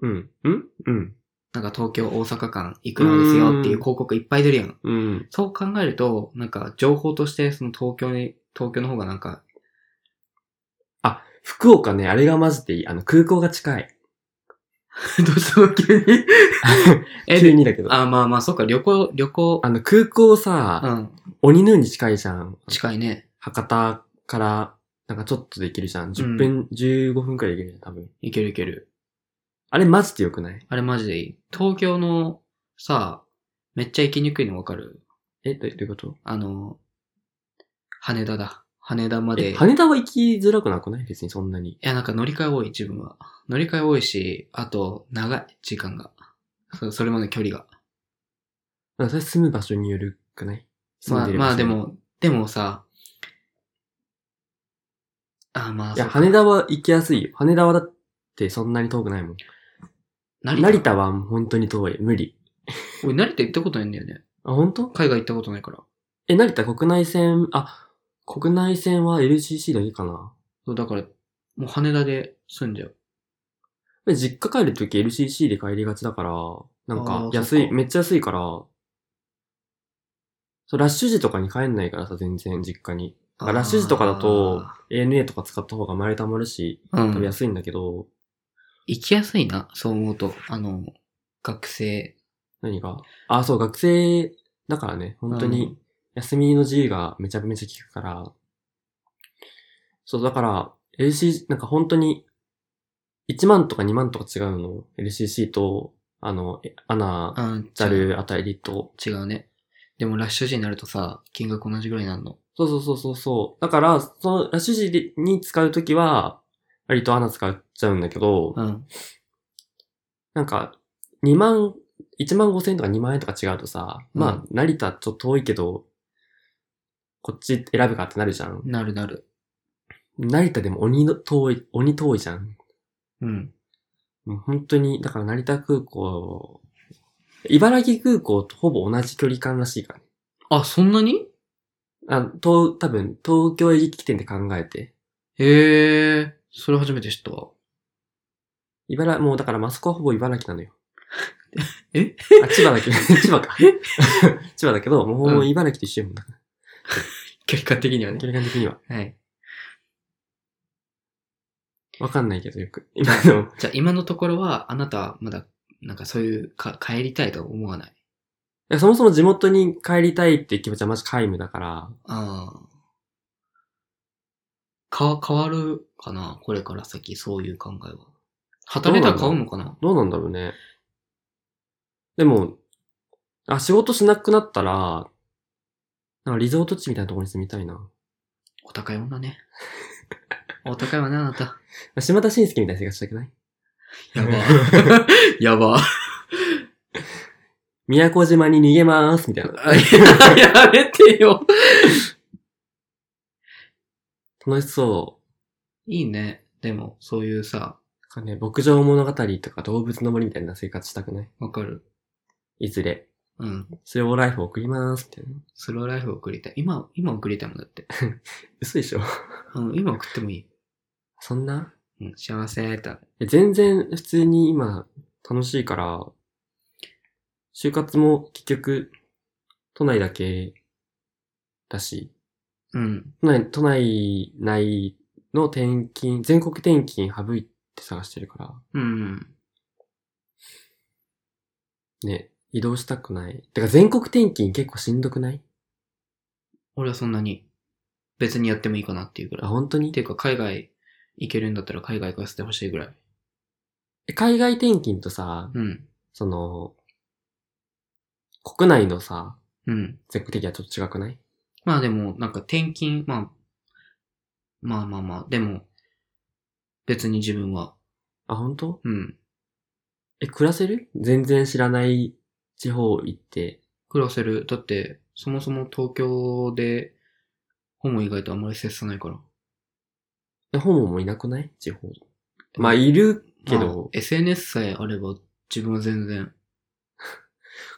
Speaker 1: うん。うんうん。
Speaker 2: なんか東京、大阪間いくらですよっていう広告いっぱい出るやん。
Speaker 1: うん。
Speaker 2: そう考えると、なんか情報としてその東京に、東京の方がなんか、
Speaker 1: あ、福岡ね、あれがマジでいい。あの、空港が近い。
Speaker 2: どうしたの急に え、
Speaker 1: 急
Speaker 2: で
Speaker 1: にだけど。あ
Speaker 2: あ、まあまあ、そっか、旅行、旅行、
Speaker 1: の、空港
Speaker 2: う
Speaker 1: さ、
Speaker 2: ん、
Speaker 1: 鬼のように近いじゃん。
Speaker 2: 近いね。
Speaker 1: 博多から、なんかちょっとできるじゃん。10分、15分くらいできるじゃん、多分。
Speaker 2: いけるいける。
Speaker 1: あれマジで良くない
Speaker 2: あれマジでいい。東京の、さ、めっちゃ行きにくいのわかる
Speaker 1: え、どどういうこと
Speaker 2: あの、羽田だ。羽田まで。
Speaker 1: え、羽田は行きづらくなくない別にそんなに。
Speaker 2: いや、なんか乗り換え多い、自分は。乗り換え多いし、あと、長い、時間が。そそれまで距離が。
Speaker 1: なんかそれ住む場所によるくない
Speaker 2: まあ、まあで。
Speaker 1: 住んる
Speaker 2: も、でもさ、あ、まあ、
Speaker 1: 場所いや、
Speaker 2: そっか
Speaker 1: 羽田は行きやすいよ。羽田はだってそんなに遠くないもん。
Speaker 2: 成田
Speaker 1: 成田はもう本当に遠い。無理。
Speaker 2: 俺、成田行ったことないんだよね。
Speaker 1: あ、本当？
Speaker 2: 海外行ったことないから。
Speaker 1: え、成田国内線、あ、国内線は LCC だけかな
Speaker 2: そう、だから、もう羽田で住んじゃう。
Speaker 1: で実家帰るとき LCC で帰りがちだから、なん
Speaker 2: あ
Speaker 1: か
Speaker 2: ー
Speaker 1: 安
Speaker 2: そっ
Speaker 1: い、
Speaker 2: か
Speaker 1: めっちゃ安いから、そう、ラッシュ時とかに帰んないからさ、全然実家に。だからラッシュ時とかだと、ANA とか使った方が前たまるし、
Speaker 2: あー、う
Speaker 1: 食べ
Speaker 2: ん
Speaker 1: や。すいんだけど、
Speaker 2: 行きやすいな、そう思うと。あの、学生。
Speaker 1: 何があ、そう、学生だからね、本当
Speaker 2: う
Speaker 1: に、休みの自由がめちゃめちゃ効くから、そう、だから、LCC、なんか本当に、1万とか2万とか違うの。LCC と、あの、えアナ、
Speaker 2: あん、
Speaker 1: ザル、アタイリと。
Speaker 2: 違うね。でもラッシュ時になるとさ、金額同じぐらいになるの。
Speaker 1: そうそうそうそうそう。だから、そのラッシュ時に使うときは、割とアナ使っちゃうんだけど、
Speaker 2: うん。
Speaker 1: なんか、2万、1万5千円とか2万円とか違うとさ、
Speaker 2: うん
Speaker 1: まあ、成田ちょっと遠いけど、こっち選ぶかってなるじゃん。
Speaker 2: なるなる。
Speaker 1: 成田でも鬼の遠い、鬼遠いじゃん。
Speaker 2: うん。
Speaker 1: もう本当に、だから成田空港、茨城空港とほぼ同じ距離感らしいからね。
Speaker 2: あ、そんなに
Speaker 1: あ、東、多分、東京駅起点で考えて。
Speaker 2: へえ、それ初めて知ったわ。
Speaker 1: 茨、もうだから、マスコはほぼ茨城なのよ。
Speaker 2: え
Speaker 1: あ、千葉だけ ど、千葉か。千葉だけど、もうほぼ茨城と一緒やもんだから、
Speaker 2: 距離感的にはね。
Speaker 1: 距離感的には。
Speaker 2: はい。
Speaker 1: わかんないけど、よく。今 の、
Speaker 2: じゃあ今のところは、あなたはまだ、なんかそういうか、帰りたいとは思わない。
Speaker 1: いやそもそも地元に帰りたいっていう気持ちはマジ皆無だから、
Speaker 2: ああ。か、変わるかなこれから先、そういう考えは。働いたら買うのかな
Speaker 1: どうなんだろうね。でも、あ、仕事しなくなったら、なんかリゾート地みたいなところに住みたいな。
Speaker 2: お高い女 ね。お高いわね、あなた。
Speaker 1: 島田紳介みたいな生活したくない
Speaker 2: やば。 やば。
Speaker 1: 宮古島に逃げまーす、みたいな。
Speaker 2: やめてよ。
Speaker 1: 楽しそ
Speaker 2: いいね。でも、そういうさ、
Speaker 1: う。かね、牧場物語とか動物の森みたいな生活したくない
Speaker 2: わかる。
Speaker 1: いずれ、
Speaker 2: うん。
Speaker 1: スローライフを送りまーす、みたいな。
Speaker 2: スローライフを送りたい。今、今送りたいもんだって。
Speaker 1: 嘘でしょ
Speaker 2: うん、今送ってもいい。
Speaker 1: そんな
Speaker 2: うん、幸せーって。
Speaker 1: いや全然普通に今楽しいから、就活も結局都内だけだし、
Speaker 2: うん。
Speaker 1: 都内、都内内の転勤、全国転勤省いて探してるから、
Speaker 2: うん。
Speaker 1: ね、移動したくない。てか全国転勤結構しんどくない
Speaker 2: 俺はそんなに、別にやってもいいかなっていうぐら
Speaker 1: あ、
Speaker 2: い。
Speaker 1: 本当に
Speaker 2: っていうか、海外行けるんだったら海外行かせてほしいぐらい。
Speaker 1: え海外転勤とさ、
Speaker 2: うん。
Speaker 1: その、国内のさ、
Speaker 2: うん。
Speaker 1: 全国的はちょっと違くない
Speaker 2: まあでも、なんか転勤、まあ、まあまあまあ、でも、別に自分は、
Speaker 1: あ、本当
Speaker 2: うん。
Speaker 1: え、暮らせる全然知らない地方行って、
Speaker 2: 暮らせる。だって、そもそも東京で、ホモ以外とあんまり接さないから。
Speaker 1: え、ホモもいなくない地方。まあ、いるけ
Speaker 2: まあ
Speaker 1: ど、
Speaker 2: SNS さえあれば、自分は全然。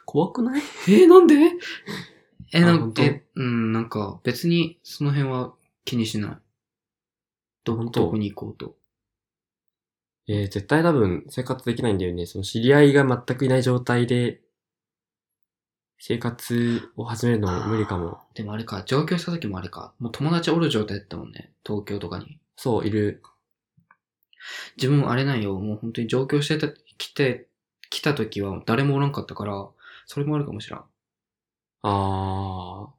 Speaker 1: 怖くない
Speaker 2: えーなんでえ、な
Speaker 1: あ
Speaker 2: ん
Speaker 1: 本当
Speaker 2: か、えうん、なんか、別に、その辺は気にしない。ど、
Speaker 1: 本当
Speaker 2: どこに行こうと。
Speaker 1: えー絶対多分生活できないんだよね。その知り合いが全くいない状態で、生活を始めるの無理かも。
Speaker 2: でもあれか、上京した時もあれか。もう友達おる状態だったもんね。東京とかに。
Speaker 1: そう、いる。
Speaker 2: 自分もあれなんよ。もう本当に上京してた、来て、来た時は誰もおらんかったから、それもあるかもしらん。
Speaker 1: あー。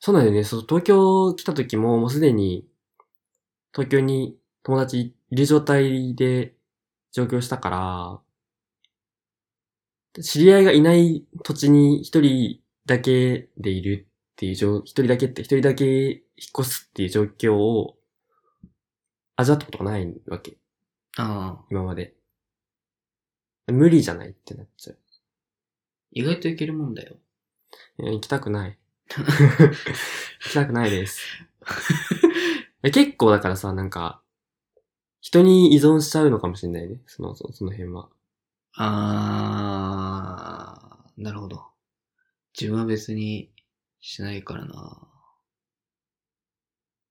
Speaker 1: そうなんだよね。そう、東京来た時も、もうすでに、東京に友達いる状態で上京したから、知り合いがいない土地に一人だけでいるっていう状、一人だけって一人だけ引っ越すっていう状況を味わったことがないわけ、
Speaker 2: ああ。
Speaker 1: 今まで。無理じゃないってなっちゃう。
Speaker 2: 意外といけるもんだよ。
Speaker 1: いや行きたくない。行きたくないです。え結構だからさ、なんか、人に依存しちゃうのかもしれないね。その、そその辺は。
Speaker 2: ああ、なるほど。自分は別にしないからな。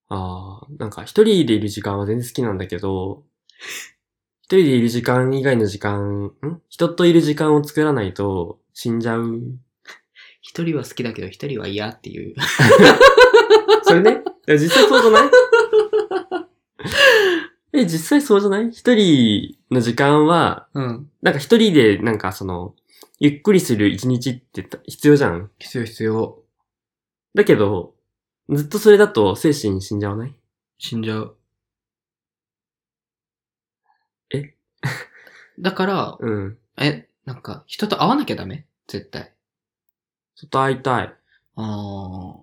Speaker 1: ああ、なんか一人でいる時間は全然好きなんだけど、一人でいる時間以外の時間、ん人といる時間を作らないと死んじゃう。
Speaker 2: 一人は好きだけど一人は嫌っていう。
Speaker 1: それね。でも実際そうじゃないえ、実際そうじゃない一人の時間は、
Speaker 2: うん。
Speaker 1: なんか一人でなんかその、ゆっくりする一日って必要じゃん。
Speaker 2: 必要必要。
Speaker 1: だけど、ずっとそれだと精神死んじゃわない
Speaker 2: 死んじゃう。
Speaker 1: え
Speaker 2: だから、
Speaker 1: うん。
Speaker 2: え、なんか、人と会わなきゃダメ絶対。
Speaker 1: ちょっと会いたい。
Speaker 2: ああ。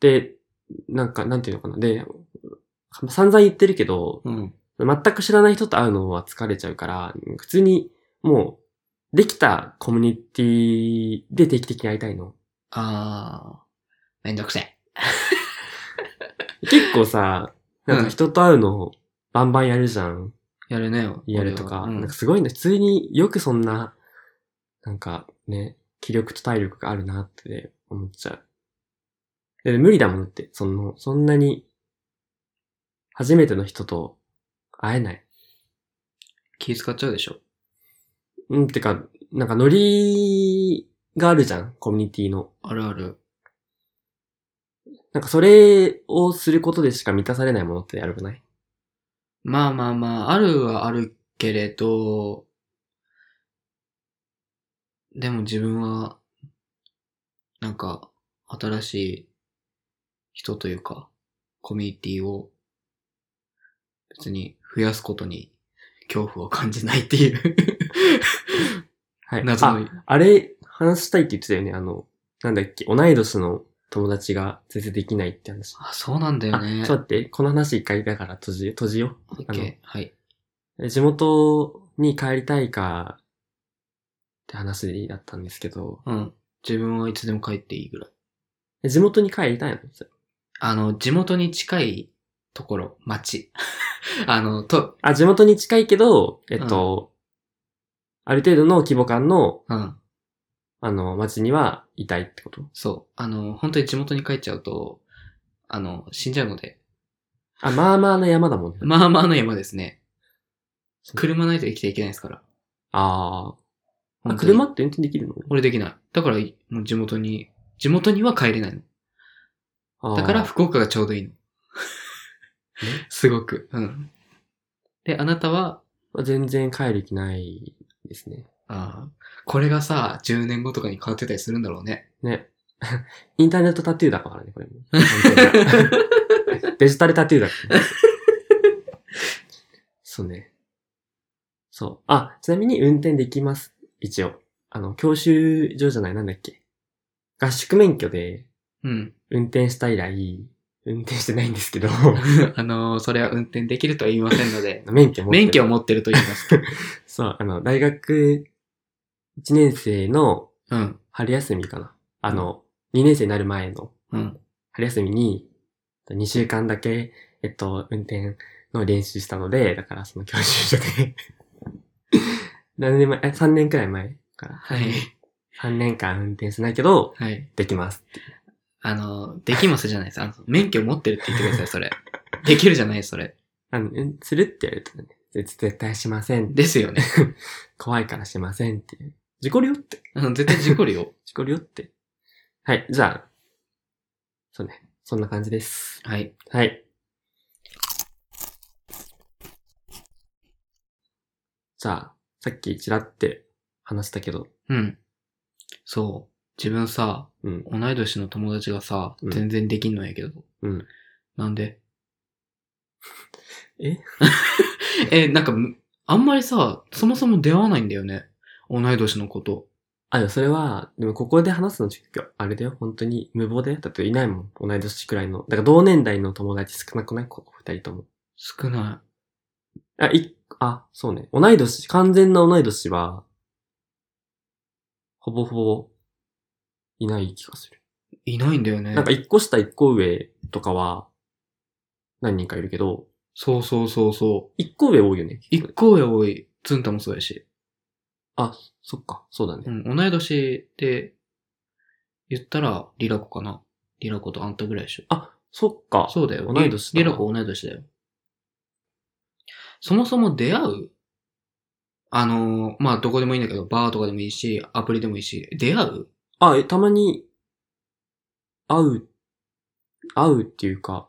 Speaker 1: で、なんか、なんていうのかな。で、散々言ってるけど、
Speaker 2: うん。
Speaker 1: 全く知らない人と会うのは疲れちゃうから、普通に、もう、できたコミュニティで定期的に会いたいの。
Speaker 2: ああ。めんどくせえ。
Speaker 1: 結構さ、なんか人と会うの、バンバンやるじゃん。
Speaker 2: やるね。
Speaker 1: やるとか。
Speaker 2: 俺は
Speaker 1: な
Speaker 2: うんん
Speaker 1: かすごいね。普通によくそんな、なんかね、気力と体力があるなって思っちゃう。で無理だもんって、その、そんなに、初めての人と会えない。
Speaker 2: 気使っちゃうでしょ。
Speaker 1: うん、てか、なんかノリがあるじゃん、コミュニティの。
Speaker 2: あるある。
Speaker 1: なんかそれをすることでしか満たされないものってやるくない
Speaker 2: まあまあまあ、あるはあるけれど、でも自分は、なんか、新しい人というか、コミュニティを、別に増やすことに恐怖を感じないっていう、
Speaker 1: はい。
Speaker 2: 謎
Speaker 1: あ
Speaker 2: の、
Speaker 1: あれ、話したいって言ってたよね。あの、なんだっけ、同い年の友達が全然できないって話。
Speaker 2: あ、そうなんだよね。
Speaker 1: あ、ちょっと待って、この話一回だから閉じ、閉じよ
Speaker 2: オッケー。はい。
Speaker 1: う。地元に帰りたいか、って話だったんですけど、
Speaker 2: うん。自分はいつでも帰っていいぐらい。
Speaker 1: 地元に帰りたいの
Speaker 2: あの、地元に近いところ、町。 あの、と、
Speaker 1: あ、地元に近いけど、えっと、ある程度の規模感の、
Speaker 2: うん。
Speaker 1: あの、街にはいたいってこと
Speaker 2: そう。あの、本当に地元に帰っちゃうと、あの、死んじゃうので。
Speaker 1: あ、まあまあな山だもんね。
Speaker 2: まあまあの山ですね。車ないと生きていけないですから。
Speaker 1: あーあ。
Speaker 2: 本当に
Speaker 1: 車って運転できるの
Speaker 2: 俺できない。だから、もう地元に、地元には帰れないの。
Speaker 1: あー
Speaker 2: だから、福岡がちょうどいいの。 すごく。うん。で、あなたは、
Speaker 1: 全然帰る気ないですね。
Speaker 2: あーこれがさ、10年後とかに変わってたりするんだろうね。
Speaker 1: ね。インターネットタトゥーだからね、 これも。デジタルタトゥーだから、そうね。そう。あ、ちなみに運転できます。一応。あの、教習所じゃない、なんだっけ。合宿免許で
Speaker 2: うん。
Speaker 1: 運転した以来、運転してないんですけど、、
Speaker 2: あのーそれは運転できるとは言いませんので
Speaker 1: 免許持ってる
Speaker 2: 免許を持ってると言い ます。
Speaker 1: そう、あの、大学1年生の
Speaker 2: うん。
Speaker 1: 春休みかな。あの、2年生になる前の
Speaker 2: うん。
Speaker 1: 春休みに、2週間だけ、えっと、運転の練習したので、だからその教習所で、 何年前、え、3年くらい前から、
Speaker 2: はい。
Speaker 1: 3年間運転しないけど、
Speaker 2: はい。
Speaker 1: できます。
Speaker 2: あのー、できますじゃないです。あの、免許持ってるって言ってください、それ。できるじゃない、それ。
Speaker 1: あの、うんするって言われたらね、絶絶対しません。
Speaker 2: ですよね。
Speaker 1: 怖いからしませんっていう。事故るよって。
Speaker 2: あの絶対事故るよ。
Speaker 1: 事故るよって。はい、じゃあ、そうね、そんな感じです。
Speaker 2: はい。
Speaker 1: はい。じゃあ、さっきちらって話したけど、
Speaker 2: うん。そう。自分さ、
Speaker 1: うん。
Speaker 2: 同い年の友達がさ、
Speaker 1: うん
Speaker 2: 全然できんのやけど。
Speaker 1: うん。
Speaker 2: なんで
Speaker 1: え
Speaker 2: え、なんか、あんまりさ、そもそも出会わないんだよね。同い年のこと。
Speaker 1: あ、でもそれは、でもここで話すのちょっとあれだよ。本当に無謀だよ。だっていないもん。同い年くらいの。だから同年代の友達少なくないここ二人とも。
Speaker 2: 少な
Speaker 1: あ、い、あ、そうね。同い年、完全な同い年は、ほぼほぼ、いない気がする。
Speaker 2: い。いないんだよね。
Speaker 1: なんか一個下一個上とかは、何人かいるけど、
Speaker 2: そうそうそうそう。
Speaker 1: 一個上多いよね。
Speaker 2: 一個上多い、ツンタもそうやし。
Speaker 1: そっか、そうだね。
Speaker 2: うん、同い年で、言ったら、リラコかな。リラコとあんたぐらいでしょ。
Speaker 1: あ、そっか。
Speaker 2: そうだよ。
Speaker 1: 同い年だ
Speaker 2: リリラコ同い年だよ。そもそも出会うあのー、まあ、どこでもいいんだけど、バーとかでもいいし、アプリでもいいし、出会う
Speaker 1: あ、え、たまに、会う、会うっていうか、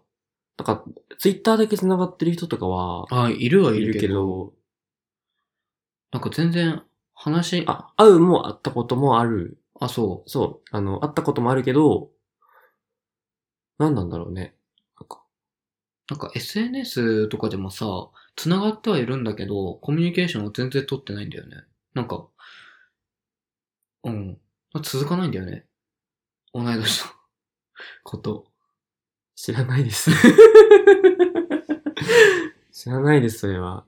Speaker 1: なんか、ツイッターだけ繋がってる人とかは、
Speaker 2: あ、いるはい
Speaker 1: いる
Speaker 2: るけど、
Speaker 1: けど、
Speaker 2: なんか全然話、あ、
Speaker 1: あ、会うも会ったこともある。
Speaker 2: あ、そう。
Speaker 1: そう、あの、会ったこともあるけど、何なんだろうね。
Speaker 2: なんか SNS とかでもさ、繋がってはいるんだけど、コミュニケーションを全然取ってないんだよね。なんか、うん。続かないんだよね。同い年のこと。
Speaker 1: 知らない です。知らないです、それは。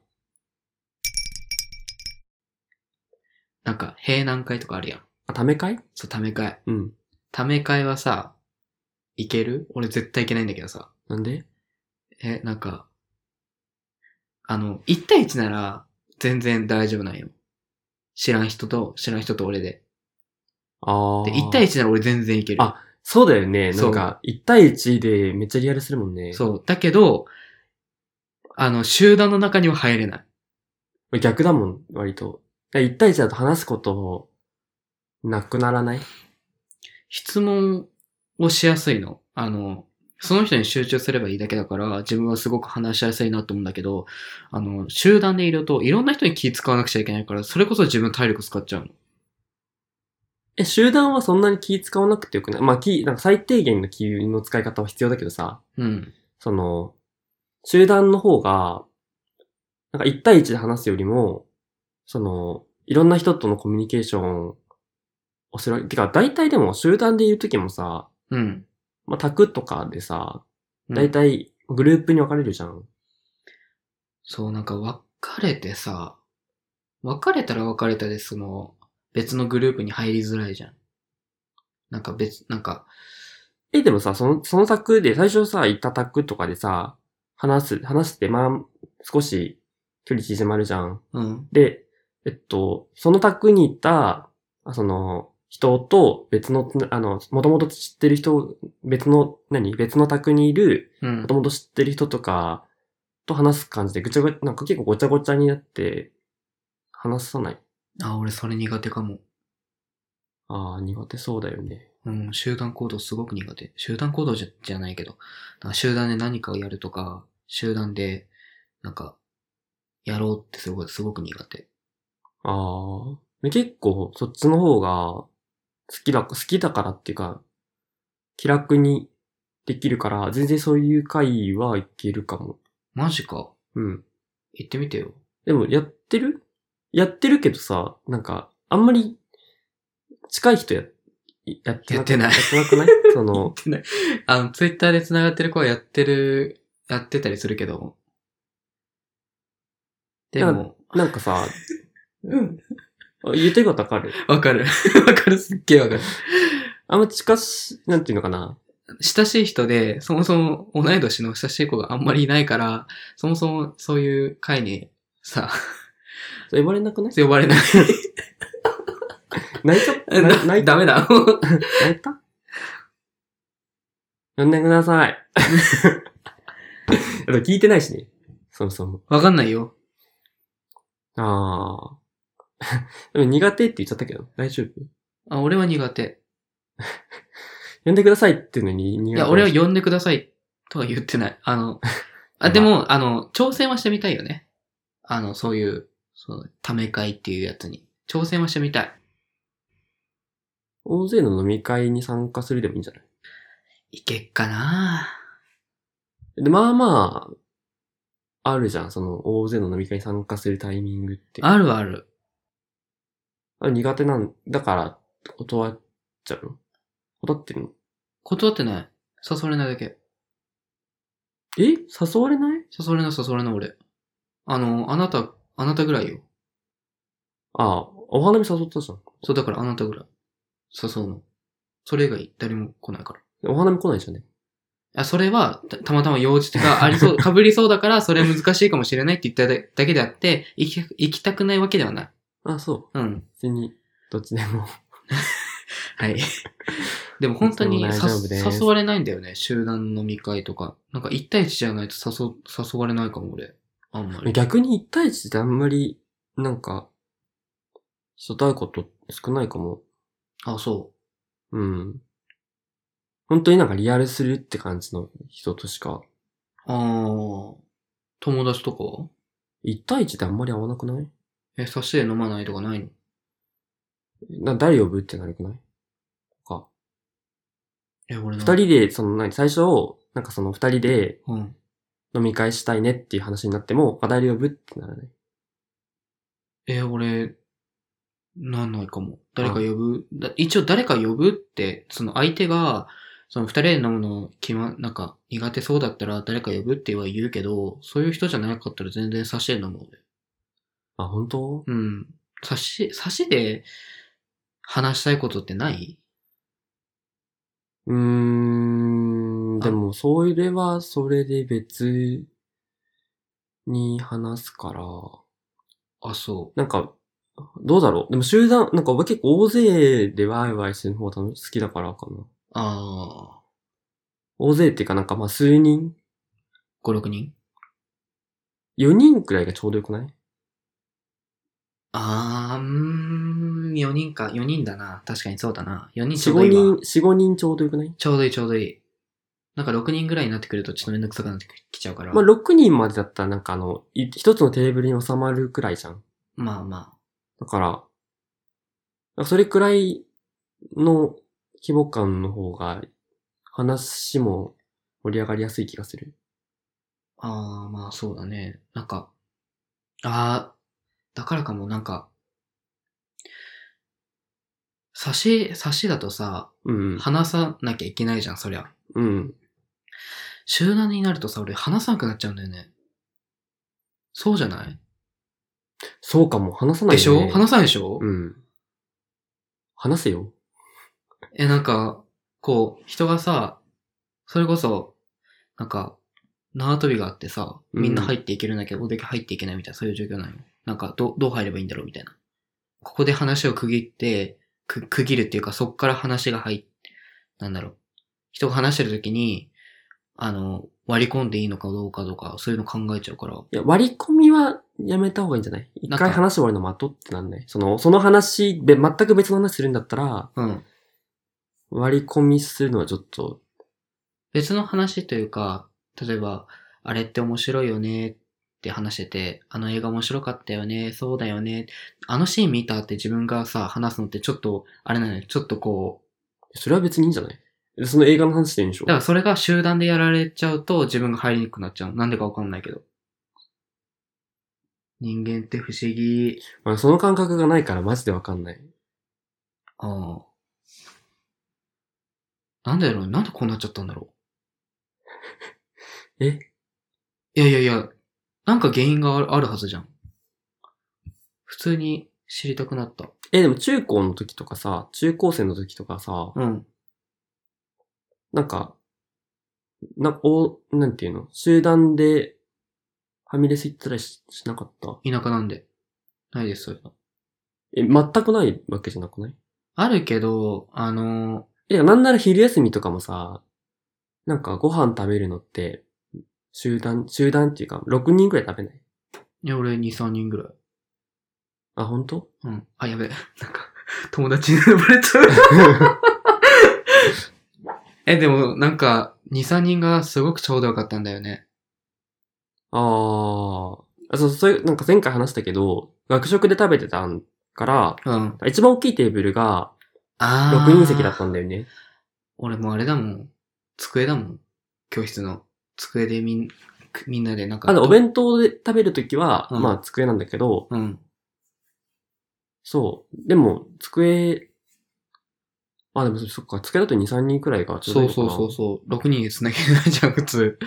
Speaker 2: なんか、平南会とかあるやん。
Speaker 1: あ、ため会
Speaker 2: そう、ため会。
Speaker 1: うん。
Speaker 2: ため会はさ、いける俺絶対いけないんだけどさ。
Speaker 1: なんで
Speaker 2: え、なんか、あの、1対1なら、全然大丈夫なんよ。知らん人と、知らん人と俺で。
Speaker 1: ああ。
Speaker 2: で、1対1なら俺全然いける。
Speaker 1: あそうだよね。な
Speaker 2: そうん
Speaker 1: か、1対1でめっちゃリアルするもんね。
Speaker 2: そう。だけど、あの、集団の中には入れない。
Speaker 1: う。逆だもん、割と。だ1対1だと話すことも、なくならない
Speaker 2: 質問をしやすいの。あの、その人に集中すればいいだけだから、自分はすごく話しやすいなと思うんだけど、あの、集団でいると、いろんな人に気使わなくちゃいけないから、それこそ自分体力使っちゃうの。
Speaker 1: え、集団はそんなに気使わなくてよくないまあ、気、なんか最低限の気の使い方は必要だけどさ、
Speaker 2: うん。
Speaker 1: その、集団の方が、なんか1対1で話すよりも、その、いろんな人とのコミュニケーションをする。てか、大体でも集団でいるときもさ、
Speaker 2: うん。
Speaker 1: まあ、卓とかでさ、
Speaker 2: うん
Speaker 1: 大体グループに分かれるじゃん。
Speaker 2: そう、なんか別れてさ、別れたら別れたで、その、別のグループに入りづらいじゃん。なんか別、なんか、
Speaker 1: え、でもさ、その、その卓で、最初さ、行った卓とかでさ、話す、話して、まあ、少し距離縮まるじゃん。
Speaker 2: うん。
Speaker 1: で、えっと、その宅にいた、あその、人と別のつな、あの、もともと知ってる人、別の、何別の宅にいる、
Speaker 2: うん
Speaker 1: もと。もと知ってる人とか、と話す感じで、ぐちゃぐちゃ、なんか結構ごちゃごちゃになって、話さない。
Speaker 2: あ、俺それ苦手かも。
Speaker 1: ああ、苦手そうだよね。
Speaker 2: うん、集団行動すごく苦手。集団行動じゃじゃないけど、なんか集団で何かをやるとか、集団で、なんか、やろうってすごい、すごく苦手。
Speaker 1: ああ。で結構、そっちの方が、好きだ、好きだからっていうか、気楽にできるから、全然そういう会はいけるかも。
Speaker 2: マジか。
Speaker 1: うん。
Speaker 2: 行ってみてよ。
Speaker 1: でも、やってるやってるけどさ、なんか、あんまり、近い人や、やって
Speaker 2: やってない
Speaker 1: やってなくないその、
Speaker 2: あの、ツイッターで繋がってる子はやってる、やってたりするけど。でも、
Speaker 1: なんかさ、
Speaker 2: うん。
Speaker 1: 言ってることわかる。
Speaker 2: わかる。 わかる、すっげえわかる。
Speaker 1: あんま近し、なんていうのかな。
Speaker 2: 親しい人で、そもそも同い年の親しい子があんまりいないから、そもそもそういう会にさ、
Speaker 1: そう呼ばれなくない
Speaker 2: 呼ばれない。
Speaker 1: 泣いちゃった
Speaker 2: な
Speaker 1: 泣いた
Speaker 2: ダメだ。
Speaker 1: 泣いた呼んでくださ い。あと聞いてないしね。そもそも。
Speaker 2: わかんないよ。
Speaker 1: ああ。 でも苦手って言っちゃったけど、大丈夫
Speaker 2: あ、俺は苦手。
Speaker 1: 呼んでくださいっていうのに苦
Speaker 2: い
Speaker 1: 手。
Speaker 2: や、俺は呼んでくださいとは言ってない。あの、あ、でも、あの、挑戦はしてみたいよね。あの、そういう、その、ため会っていうやつに。挑戦はしてみたい。
Speaker 1: 大勢の飲み会に参加するでもいいんじゃない
Speaker 2: いけっかな
Speaker 1: で、まあまあ、あるじゃん。その、大勢の飲み会に参加するタイミングって。
Speaker 2: あるある。
Speaker 1: あ苦手なんだから、断っちゃうの断ってるの
Speaker 2: 断ってない。誘われないだけ。
Speaker 1: え誘われない
Speaker 2: 誘われない誘われない俺。あの、あなた、あなたぐらいよ。
Speaker 1: ああ、お花見誘ったじゃん。
Speaker 2: そう、だからあなたぐらい。誘うの。それ以外誰も来ないから。
Speaker 1: でお花見来ないじゃんね。
Speaker 2: あ、それは、たたまたま用事があ りそう、被りそうだから、それは難しいかもしれないって言っただだけであって、行き、行きたくないわけではない。
Speaker 1: ああ、そう。
Speaker 2: うん。
Speaker 1: 別に、どっちで も。
Speaker 2: はい。でも本当に
Speaker 1: いつも大丈夫で
Speaker 2: さ
Speaker 1: す
Speaker 2: 誘われないんだよね。集団飲み会とか。なんか1対1じゃないと誘、誘われないかも、俺。あんまり。
Speaker 1: 逆に1対1であんまり、なんか、人と会うこと少ないかも。
Speaker 2: あ、そ
Speaker 1: うん。本当になんかリアルするって感じの人としか、
Speaker 2: う。あー。友達とかは
Speaker 1: 1対1であんまり会わなくない
Speaker 2: え、差しで飲まないとかないの
Speaker 1: な、誰呼ぶってなるくない
Speaker 2: え、俺の。
Speaker 1: 二人で、その、何、最初、なんかその二人で、
Speaker 2: うん。
Speaker 1: 飲み会したいねっていう話になっても、話題で呼ぶってならない。
Speaker 2: えー俺、なんないかも。誰か呼ぶ、だ一応誰か呼ぶって、その相手が、その二人で飲むの、きま、なんか苦手そうだったら誰か呼ぶっては言うけど、そういう人じゃなかったら全然差しで飲む俺。
Speaker 1: あ、本当
Speaker 2: うん。差し、差しで話したいことってないう
Speaker 1: ーん、でも、それは、それで別に話すから、
Speaker 2: あ、そ
Speaker 1: なんか、どうだろうでも集団、なんか僕結構大勢でワイワイする方が楽好きだからかな。
Speaker 2: う。ああ、
Speaker 1: 大勢っていうかなんかまあ数人
Speaker 2: 5、6人
Speaker 1: ?4 人くらいがちょうどよくない
Speaker 2: ああ、うーん、4人か。4人だな。確かにそうだな。4人ち
Speaker 1: ?4、
Speaker 2: ょうどい
Speaker 1: 5
Speaker 2: いわ
Speaker 1: 人、。4、5人ちょうどよくない
Speaker 2: ちょうどいいちょうどいい。なんか6人ぐらいになってくるとちょっとめんどくさくなってきちゃうから。
Speaker 1: まあ6人までだったらなんかあの、い一つのテーブルに収まるくらいじゃん。
Speaker 2: まあま
Speaker 1: だから、なんかそれくらいの規模感の方が話も盛り上がりやすい気がする。
Speaker 2: あ。ああ、まあそうだね。なんか、ああ、だからかも、なんか、差し、差しだとさ、
Speaker 1: うん。
Speaker 2: 話さなきゃいけないじゃん、そりゃ。
Speaker 1: うん。
Speaker 2: 集団になるとさ、俺話さなくなっちゃうんだよね。そうじゃない
Speaker 1: そうかも、話さない
Speaker 2: で
Speaker 1: よ
Speaker 2: しょ、
Speaker 1: ね。
Speaker 2: 話さないでしょ、
Speaker 1: うん。話せよ。
Speaker 2: え、なんか、こう、人がさ、それこそ、なんか、縄跳びがあってさ、
Speaker 1: うん
Speaker 2: みんな入っていけるんだけど、俺だけ入っていけないみたいな、そういう状況なのよ。なんか、ど、どう入ればいいんだろうみたいな。ここで話を区切って、く、区切るっていうか、そっから話が入っ、なんだろう。人が話してる時に、あの、割り込んでいいのかどうかとか、そういうの考えちゃうから。
Speaker 1: いや、割り込みはやめた方がいいんじゃない一
Speaker 2: なんか
Speaker 1: 回話終わるの待とうってなんないその、その話で、全く別の話するんだったら、
Speaker 2: うん。
Speaker 1: 割り込みするのはちょっと、
Speaker 2: 別の話というか、例えば、あれって面白いよねって話してて、あの映画面白かったよね、そうだよね、あのシーン見たって自分がさ、話すのってちょっと、あれなのよ、ちょっとこ
Speaker 1: それは別にいいんじゃないその映画の話してるんでしょ
Speaker 2: う、だからそれが集団でやられちゃうと自分が入りにくくなっちゃう。なんでかわかんないけど。人間って不思議。
Speaker 1: まあ、その感覚がないからマジでわかんない。
Speaker 2: ああ。なんでだろうなんでこうなっちゃったんだろう
Speaker 1: え
Speaker 2: いやいやいや、なんか原因があるあるはずじゃん。普通に知りたくなった。
Speaker 1: え、でも中高の時とかさ、中高生の時とかさ、
Speaker 2: うん。
Speaker 1: なんか、な、お、なんていうの集団で、ファミレス行ったりししなかった
Speaker 2: 田舎なんで。ないです、そういうの。
Speaker 1: え、全くないわけじゃなくない
Speaker 2: あるけど、あの
Speaker 1: いや、なんなら昼休みとかもさ、なんかご飯食べるのって、集団、集団っていうか、6人くらい食べない
Speaker 2: ー、いや俺2、3人ぐらい。
Speaker 1: あ、本 当
Speaker 2: うん。あ、やべえ。なんか、友達に呼ばれちゃう。え、でも、なんか、2、3人がすごくちょうどよかったんだよね。
Speaker 1: あーあ。そう、そういう、なんか前回話したけど、学食で食べてたんから、
Speaker 2: うん。
Speaker 1: 一番大きいテーブルが
Speaker 2: あー
Speaker 1: 6人席だったんだよね。
Speaker 2: 俺もうあれだもん。机だもん。教室の。机でみん、くみんなでなんか。
Speaker 1: あの、お弁当で食べるときは、
Speaker 2: うん
Speaker 1: まあ机なんだけど、
Speaker 2: うん。
Speaker 1: そう。でも、机、あ、でもそっか、机だと2、3人くらいがちょうど
Speaker 2: そ
Speaker 1: いういのか
Speaker 2: そう
Speaker 1: な
Speaker 2: そうそう。6人で繋げないじゃん、普通。